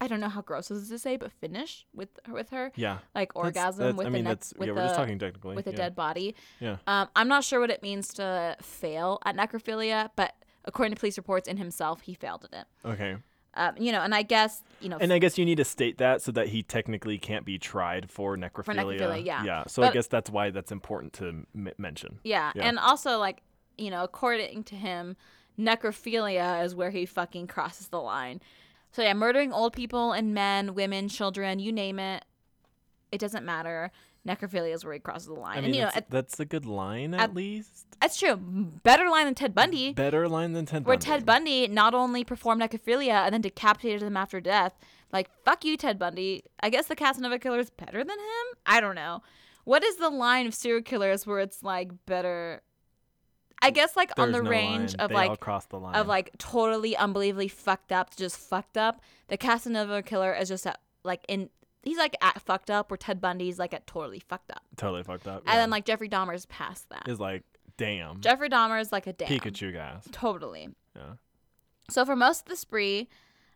I don't know how gross this is to say, but finish with with her, Yeah. like That's- orgasm that's- with I a mean, neck- that's with yeah, we're just a- talking technically. with a yeah. dead body. Yeah. Um, I'm not sure what it means to fail at necrophilia, but according to police reports and himself, he failed at it. Okay. Um, you know, and I guess you know. And I guess you need to state that so that he technically can't be tried for necrophilia. necrophilia, yeah. Yeah. So I But- guess that's why that's important to m- mention. yeah. yeah. and also like you know, according to him, necrophilia is where he fucking crosses the line. So yeah, murdering old people and men, women, children, you name it, it doesn't matter. Necrophilia is where he crosses the line. I mean, and you know, that's, it- that's a good line at, least. that's true. Better line than Ted Bundy. Better line than Ted where Bundy. Ted Bundy not only performed necrophilia and then decapitated them after death. Like, fuck you, Ted Bundy. I guess the Casanova killer is better than him? I don't know. What is the line of serial killers where it's like better? I guess like on There's the no range line. of They all like cross the line. of like totally unbelievably fucked up to just fucked up. The Casanova killer is just at like in he's like at fucked up where Ted Bundy's like at totally fucked up. totally fucked up. And then like Jeffrey Dahmer's past that. is like damn Jeffrey Dahmer's like a damn. Pikachu guys. Totally. Yeah. So for most of the spree,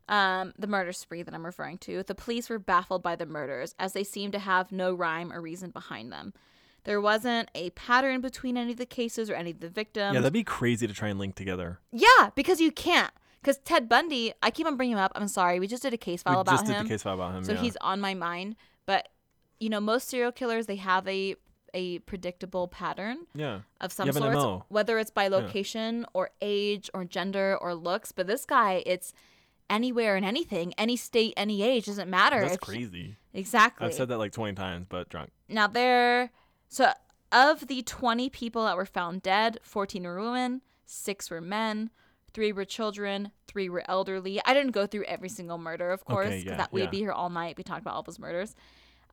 um, the murder spree that I'm referring to, the police were baffled by the murders as they seemed to have no rhyme or reason behind them. There wasn't a pattern between any of the cases or any of the victims. yeah, that'd be crazy to try and link together. Yeah, because you can't. Because Ted Bundy, I keep on bringing him up. I'm sorry, we just did a case file we about just him, did the case file about him. so yeah. he's on my mind. But you know, most serial killers they have a a predictable pattern yeah. of some You have an sort, MO. whether it's by location or age or gender or looks. But this guy, it's anywhere and anything, any state, any age, doesn't matter. That's if he- crazy. exactly. I've said that like 20 times, but drunk. Now there, so of the 20 people that were found dead, 14 were women, six were men, three were children, three were elderly. I didn't go through every single murder, of course, because yeah, that yeah. we'd be here all night. We talked about all those murders.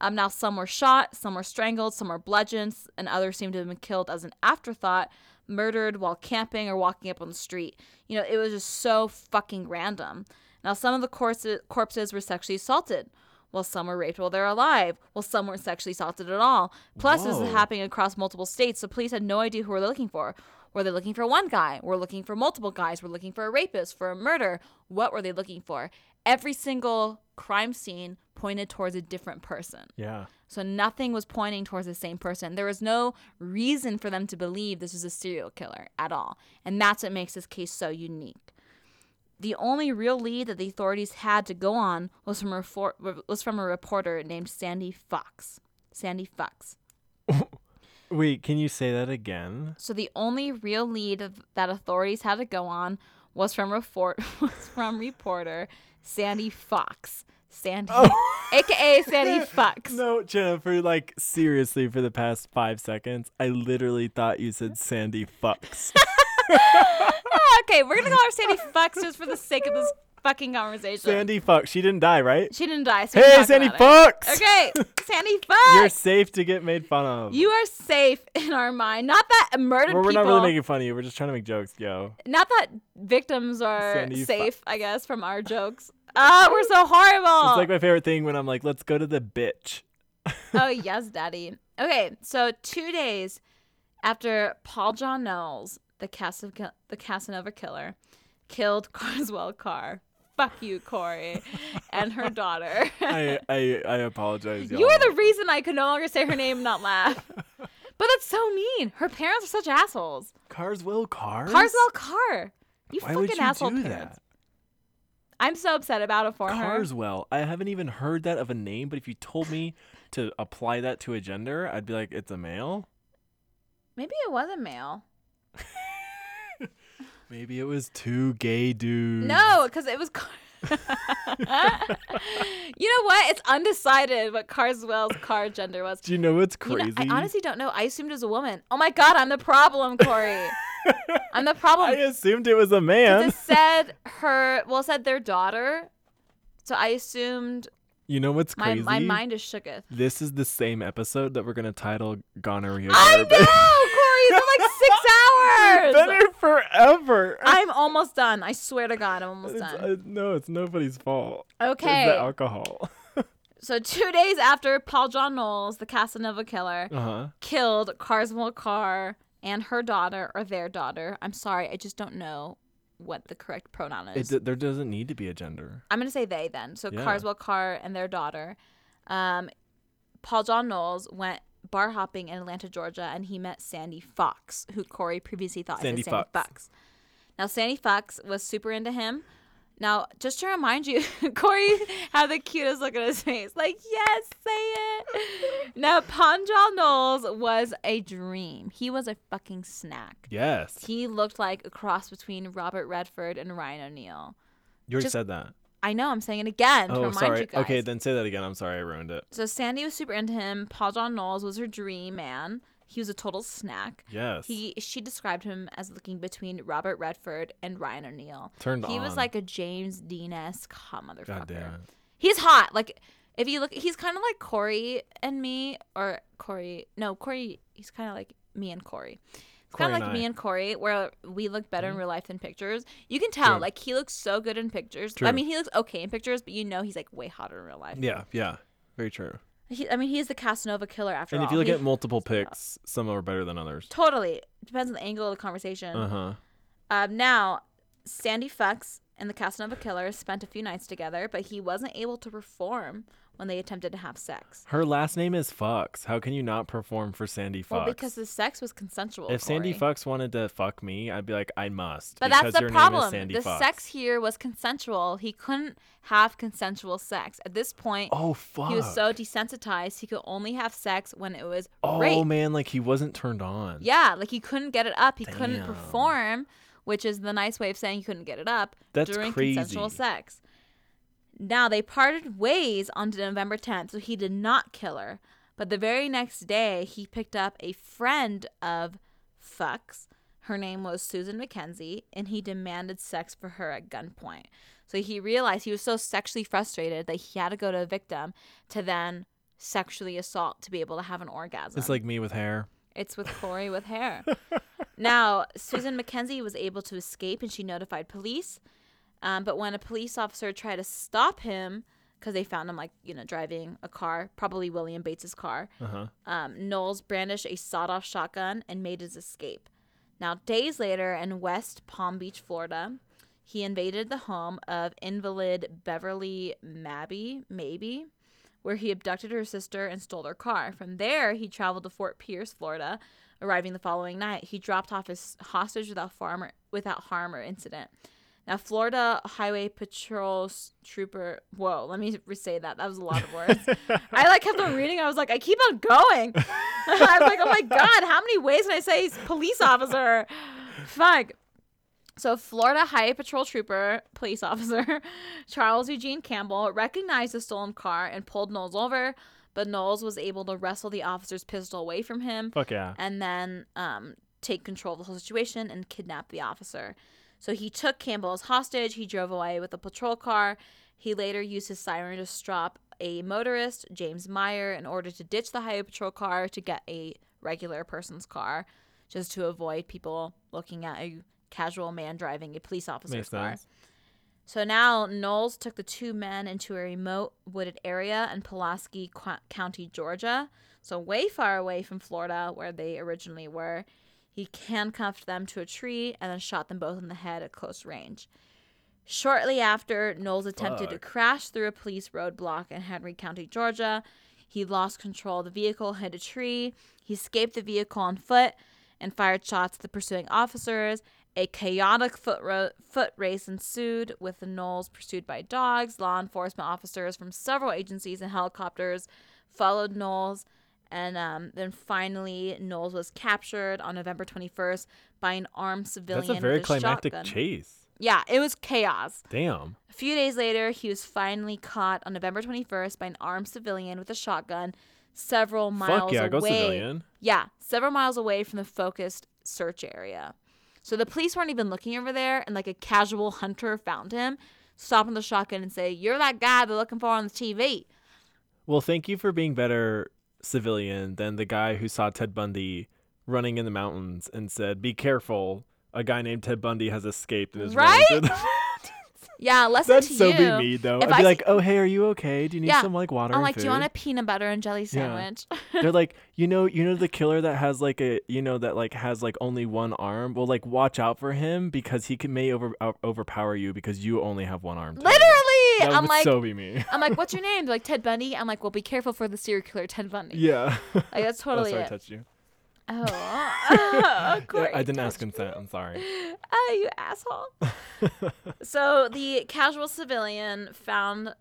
Um, now some were shot, some were strangled, some were bludgeoned, and others seemed to have been killed as an afterthought, murdered while camping or walking up on the street. You know, it was just so fucking random. Now some of the corpses, corpses were sexually assaulted, while some were raped while they're alive, while some weren't sexually assaulted at all. Plus, this Whoa. is happening across multiple states, so police had no idea who were they looking for. Were they looking for one guy? Were looking for multiple guys? Were looking for a rapist? For a murder? What were they looking for? Every single crime scene pointed towards a different person. Yeah. So nothing was pointing towards the same person. There was no reason for them to believe this was a serial killer at all. And that's what makes this case so unique. The only real lead that the authorities had to go on was from a, refor- was from a reporter named Sandy Fox. Sandy Fox. Wait, can you say that again? So the only real lead of- that authorities had to go on was from refor- was from reporter Sandy Fox. Sandy, aka Sandy Fox. Oh. No, Jenna, for like seriously, for the past five seconds, I literally thought you said Sandy fucks. okay, we're gonna call her Sandy Fox just for the sake of this fucking conversation. Sandy fucks. She didn't die, right? She didn't die. So we can Hey, talk Sandy about it. fucks. Okay, Sandy You're Fox. safe to get made fun of. you are safe in our mind. Not that murdered Well, we're people. not really making fun of you. We're just trying to make jokes, yo. not that victims are Sandy Fo- safe, I guess, from our jokes. Ah, we're so horrible. It's like my favorite thing when I'm like, let's go to the bitch. oh yes, Daddy. Okay, so two days after Paul John Knowles, the cast of the Casanova killer, killed Carswell Carr. Fuck you, Corey, and her daughter. I, I, I apologize, y'all. You're the reason I could no longer say her name and not laugh. But that's so mean. Her parents are such assholes. Carswell Cars? Carswell Carr. You Why fucking would you asshole do parents. that? I'm so upset about it for her. Carswell. I haven't even heard that of a name, but if you told me to apply that to a gender, I'd be like, it's a male. Maybe it was a male. Maybe it was two gay dudes. No, because it was. Car- you know what? It's undecided what Carswell's car gender was. Do you know what's You know, crazy? I honestly don't know. I assumed it was a woman. Oh my god, I'm the problem, Corey. I'm the problem. I assumed it was a Because man. it said her well it said their daughter so i assumed You know what's my, crazy? my mind is shooketh This is the same episode that we're gonna title gonorrhea. i know Garbage. corey it's been like six almost done. I swear to God, I'm almost It's, done. uh, no, it's nobody's fault. It's Okay. the alcohol. So two days after Paul John Knowles, the Casanova killer, Uh huh. killed Carswell Carr and her daughter or their daughter. I'm sorry, I just don't know what the correct pronoun It is. d- there doesn't need to be a gender. I'm gonna say they then. So Yeah. Carswell Carr and their daughter. Um, Paul John Knowles went bar hopping in Atlanta, Georgia, and he met Sandy Fox, who Corey previously thought Sandy is Sandy Fox. Fox. Now Sandy Fox was super into him. Now, just to remind you, Corey had the cutest look on his face. Like, yes, say it. Now, Panjal Knowles was a dream. He was a fucking snack. Yes, He looked like a cross between Robert Redford and Ryan O'Neal. you already Just- said that. I know I'm saying it again to Oh, remind sorry. you guys. Okay, then say that again. I'm sorry, I ruined it. so Sandy was super into him. Paul John Knowles was her dream man. He was a total snack. Yes. He she described him as looking between Robert Redford and Ryan O'Neal. Turned He was on. like a James Dean esque hot motherfucker. God damn it. He's hot. Like if you look, he's kind of like Corey and me, or Corey. No, Corey. He's kind of like me and Corey. It's kind Corey of and like me I. Mm-hmm. and Corey, where we look better in real life than pictures. You can tell. True. Like he looks so good in pictures. I True. mean, he looks okay in pictures, but you know he's like way hotter in real life. Yeah, yeah. Very true. He, I mean, he's the Casanova killer after And all. if you look He- at multiple picks, some are better than others. totally depends on the angle of the conversation. Uh huh. Um, now, Sandy Fox and the Casanova killer spent a few nights together, but he wasn't able to perform when they attempted to have sex. Her last name is Fox. How can you not perform for Sandy Fox? Well, because the sex was consensual. if Sandy Corey. Fox wanted to fuck me, I'd be like, I must. But because that's the your Name problem. is Sandy The Fox. sex here was consensual. He couldn't have consensual sex. At this point, Oh fuck. he was so desensitized, he could only have sex when it was Oh rape. man, like he wasn't turned on. Yeah, like he couldn't get it up. He couldn't Damn. perform, which is the nice way of saying he couldn't get it up That's during crazy. consensual sex. Now they parted ways on November 10th, so he did not kill her. But the very next day, he picked up a friend of Fucks. Her name was Susan McKenzie, and he demanded sex for her at gunpoint. So he realized he was so sexually frustrated that he had to go to a victim to then sexually assault to be able to have an orgasm. It's like me with hair. It's with Corey with hair. now, Susan McKenzie was able to escape and she notified police. Um, but when a police officer tried to stop him, because they found him, like, you know, driving a car, probably William Bates's car, Uh huh. um, Knowles brandished a sawed off shotgun and made his escape. Now, days later in West Palm Beach, Florida, he invaded the home of invalid Beverly Mabby, maybe, where he abducted her sister and stole her car. From there, he traveled to Fort Pierce, Florida, arriving the following night. He dropped off his hostage without, farm or, without harm or incident. Now, Florida Highway Patrol s- Trooper. Whoa, let me re- say that. That was a lot of words. I like kept on reading. I was like, I keep on going. I was like, oh my god, how many ways can I say he's police officer? Fuck. So, Florida Highway Patrol Trooper police officer Charles Eugene Campbell recognized the stolen car and pulled Knowles over, but Knowles was able to wrestle the officer's pistol away from him Fuck yeah. and then um, take control of the whole situation and kidnap the officer. So he took Campbell as hostage. He drove away with a patrol car. He later used his siren to stop a motorist, James Meyer, in order to ditch the highway patrol car to get a regular person's car, just to avoid people looking at a casual man driving a police officer's Makes car. sense. So now Knowles took the two men into a remote wooded area in Pulaski Qu- County, Georgia, so way far away from Florida where they originally were. He handcuffed them to a tree and then shot them both in the head at close range. Shortly after, Knowles attempted to Fuck. crash through a police roadblock in Henry County, Georgia. He lost control of the vehicle, hit a tree. He escaped the vehicle on foot and fired shots at the pursuing officers. A chaotic foot, ro- foot race ensued, with the Knowles pursued by dogs. Law enforcement officers from several agencies and helicopters followed Knowles. And um, then finally, Knowles was captured on November 21st by an armed civilian. That's a very with a climactic shotgun. chase. Yeah, it was chaos. Damn. A few days later, he was finally caught on November 21st by an armed civilian with a shotgun several miles Fuck yeah. away. Go civilian. Yeah, several miles away from the focused search area. So the police weren't even looking over there, and like a casual hunter found him, stopped with the shotgun and say, "You're that guy they're looking for on the TV." Well, thank you for being better civilian than the guy who saw Ted Bundy running in the mountains and said, "Be careful." a guy named Ted Bundy has escaped and is Right? running through Yeah, the- listen That'd to so you. be me though. If I'd be I see- like, "Oh hey, are you okay? Do you need Yeah. some like water?" I'm and like, do you want food?" a peanut butter and jelly sandwich? They're like, you know, you know the killer that has like a, you know, that like has like only one arm. Well, like watch out for him because he can may over out- overpower you because you only have one arm. too." Literally, that I'm would like, so be me. I'm like, what's your name? They're like Ted Bundy. I'm like, well, be careful for the serial killer Ted Bundy. yeah. Like that's totally oh, sorry, I it. touched you. oh, of Yeah, course. I didn't ask consent. I'm sorry. Oh, you asshole. so the casual civilian found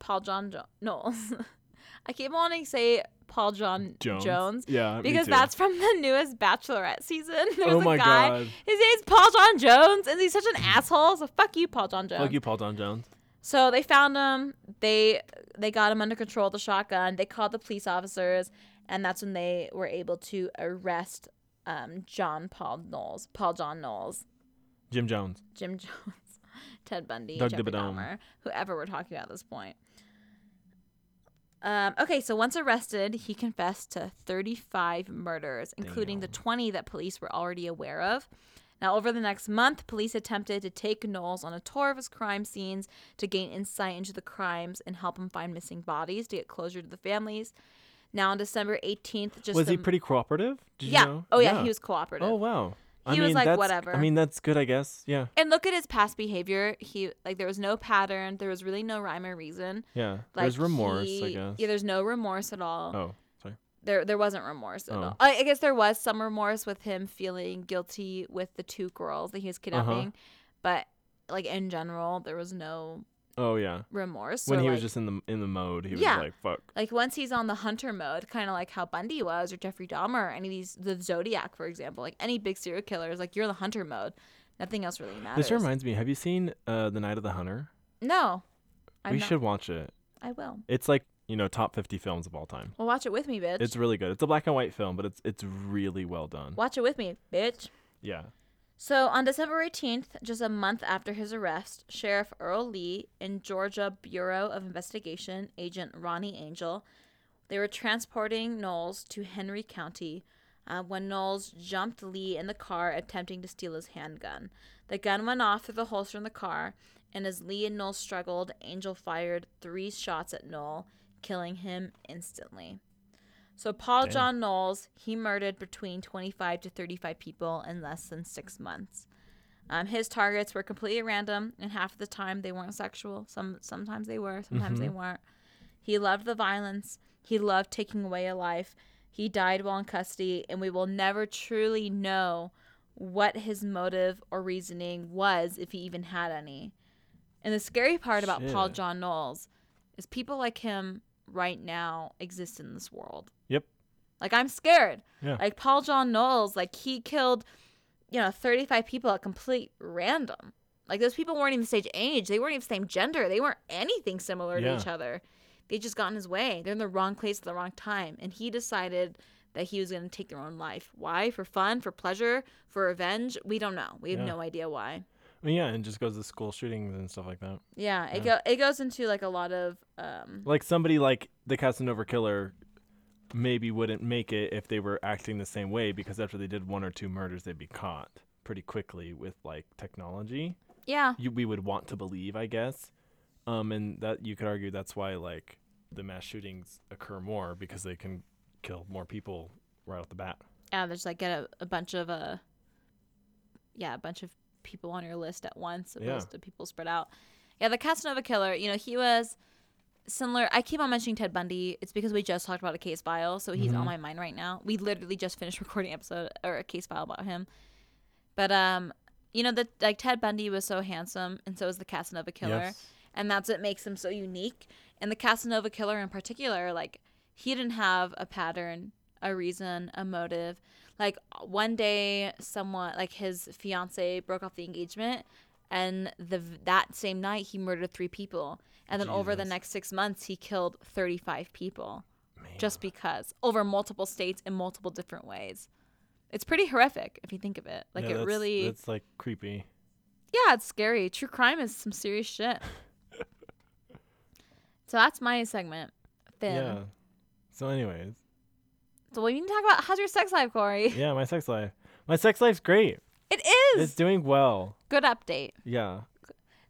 Paul John jo- Knowles. I keep wanting to say Paul John Jones. Jones, Yeah. me because too. that's from the newest Bachelorette season. There's oh a my guy. god. His name's Paul John Jones, and he's such an asshole. So fuck you, Paul John Jones. Fuck you, Paul Don Jones. So they found him. They they got him under control with the shotgun. They called the police officers, and that's when they were able to arrest um, John Paul Knowles, Paul John Knowles, Jim Jones. Jim Jones, Ted Bundy, Doug Jeffrey Dimmadome. Dahmer, whoever we're talking about at this point. Um, okay, so once arrested, he confessed to 35 murders, including the 20 that police were already aware of. Now, over the next month, police attempted to take Knowles on a tour of his crime scenes to gain insight into the crimes and help him find missing bodies to get closure to the families. Now, on December 18th, just Was the, he pretty cooperative? Did Yeah. You know? Oh yeah, he was cooperative. Oh wow. I He mean, was like, that's, whatever. I mean, that's good, I guess. Yeah. And look at his past behavior. He like there was no pattern. There was really no rhyme or reason. Yeah. Like There's remorse, I he- guess. Yeah, there's no remorse at all. Oh, sorry. There there wasn't remorse at Oh. all. I, I guess there was some remorse with him feeling guilty with the two girls that he Uh-huh. was kidnapping, but like in general, there was no Oh yeah. remorse. when So, he like, was just in the in the mode, he was Yeah. like, "Fuck." like once he's on the hunter mode, kind of like how Bundy was or Jeffrey Dahmer, or any of these the Zodiac, for example, like any big serial killer is like you're in the hunter mode. Nothing else really matters. This reminds me. Have you seen uh, The Night of the Hunter? no, I'm we not- should watch it. I will. It's like you know top fifty films of all time. Well, watch it with me, bitch. It's really good. It's a black and white film, but it's it's really well done. Watch it with me, bitch. Yeah. So on December 18th, just a month after his arrest, Sheriff Earl Lee and Georgia Bureau of Investigation agent Ronnie Angel, they were transporting Knowles to Henry County uh, when Knowles jumped Lee in the car attempting to steal his handgun. The gun went off through the holster in the car, and as Lee and Knowles struggled, Angel fired three shots at Knoll, killing him instantly. So Paul Damn. John Knowles, he murdered between 25 to 35 people in less than six months. Um, his targets were completely random, and half of the time they weren't sexual. Some sometimes they were, sometimes they weren't. He loved the violence. He loved taking away a life. He died while in custody, and we will never truly know what his motive or reasoning was, if he even had any. And the scary part about Paul Shit. John Knowles is people like him right now exist in this world. Yep. Like I'm scared. Yeah. Like Paul John Knowles, like he killed, you know, 35 people at complete random. Like those people weren't even same age. They weren't even same gender. They weren't anything similar Yeah. to each other. They just got in his way. They're in the wrong place at the wrong time. And he decided that he was going to take their own life. Why? For fun? For pleasure? For revenge? We don't know. We have Yeah. no idea why. Well, yeah, and it just goes to school shootings and stuff like that. Yeah, it go it goes into like a lot of um Like somebody like the Casanova killer maybe wouldn't make it if they were acting the same way because after they did one or two murders, they'd be caught pretty quickly with like technology. yeah. You, we would want to believe, I guess. Um, and that you could argue that's why like the mass shootings occur more because they can kill more people right off the bat. Yeah, there's like get a, a bunch of uh yeah, a bunch of people on your list at once Yeah. opposed to people spread out. Yeah, the Casanova killer, you know, he was similar I keep on mentioning Ted Bundy. It's because we just talked about a case file, so Mm-hmm. he's on my mind right now. We literally just finished recording episode or a case file about him. But um you know that like Ted Bundy was so handsome and so was the Casanova killer Yes. and that's what makes him so unique. And the Casanova killer in particular, like he didn't have a pattern, a reason, a motive. Like one day, someone like his fiance broke off the engagement, and the that same night he murdered three people, and then over the Jesus. next six months he killed thirty five people, Man. just because over multiple states in multiple different ways. It's pretty horrific if you think of it. Like Yeah, it that's- really, that's like creepy. yeah, it's scary. True crime is some serious shit. so that's my segment. Finn. Yeah. So, anyways, So we need to talk about how's your sex life, Corey? yeah, my sex life. My sex life's great. It is. It's doing well. Good update. Yeah.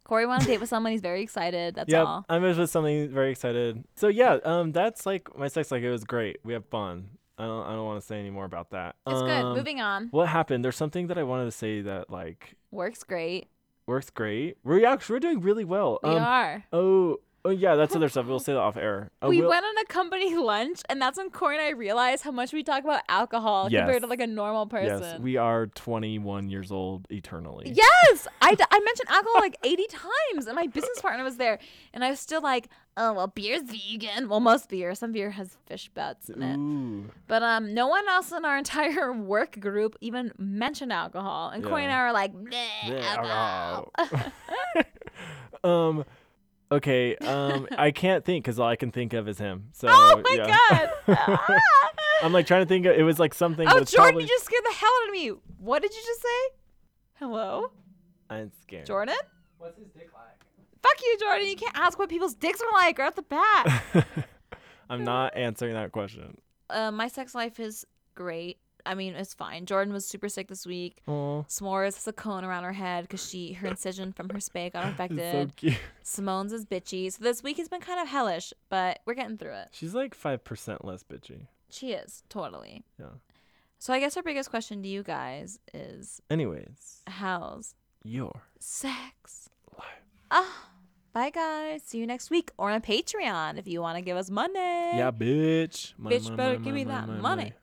Corey went on a date with someone. He's very excited. That's yeah. all. I was with something very excited. So yeah, um, that's like my sex life. It was great. We have fun. I don't. I don't want to say any more about that. It's Um, good. Moving on. What happened? There's something that I wanted to say that like Works great. works great. We're actually we're doing really well. Um, We are. Oh. Oh yeah, that's other stuff. We'll say that off air. Oh, we we'll- went on a company lunch, and that's when Corey and I realized how much we talk about alcohol compared Yes. to like a normal person. Yes, we are 21 years old eternally. Yes, I, d- I mentioned alcohol like 80 times, and my business partner was there, and I was still like, oh well, beer's vegan. Well, most beer, some beer has fish guts in it, Ooh. but um, no one else in our entire work group even mentioned alcohol, and Corey and I Yeah. are like, "Bleh, alcohol. um okay, um I can't think cuz all I can think of is him. So Oh my yeah. god! Ah! I'm like trying to think of, it was like something oh, but Jordan, it's probably you just scared the hell out of me. What did you just say? Hello, I'm scared. Jordan. What's his dick like? Fuck you, Jordan. You can't ask what people's dicks are like right off the bat. I'm not answering that question. uh, my sex life is great. I mean, it's fine. Jordan was super sick this week. Oh, S'mores has a cone around her head because she her incision from her spay got so infected. cute. Simone's is bitchy. So this week has been kind of hellish, but we're getting through it. She's like 5% less bitchy. She is totally. Yeah. So I guess our biggest question to you guys is Anyways, how's your sex? life. Ah, bye guys. See you next week or on Patreon if you want to give us money. Yeah, bitch. Money, Bitch better money, money, give me money, that money, money.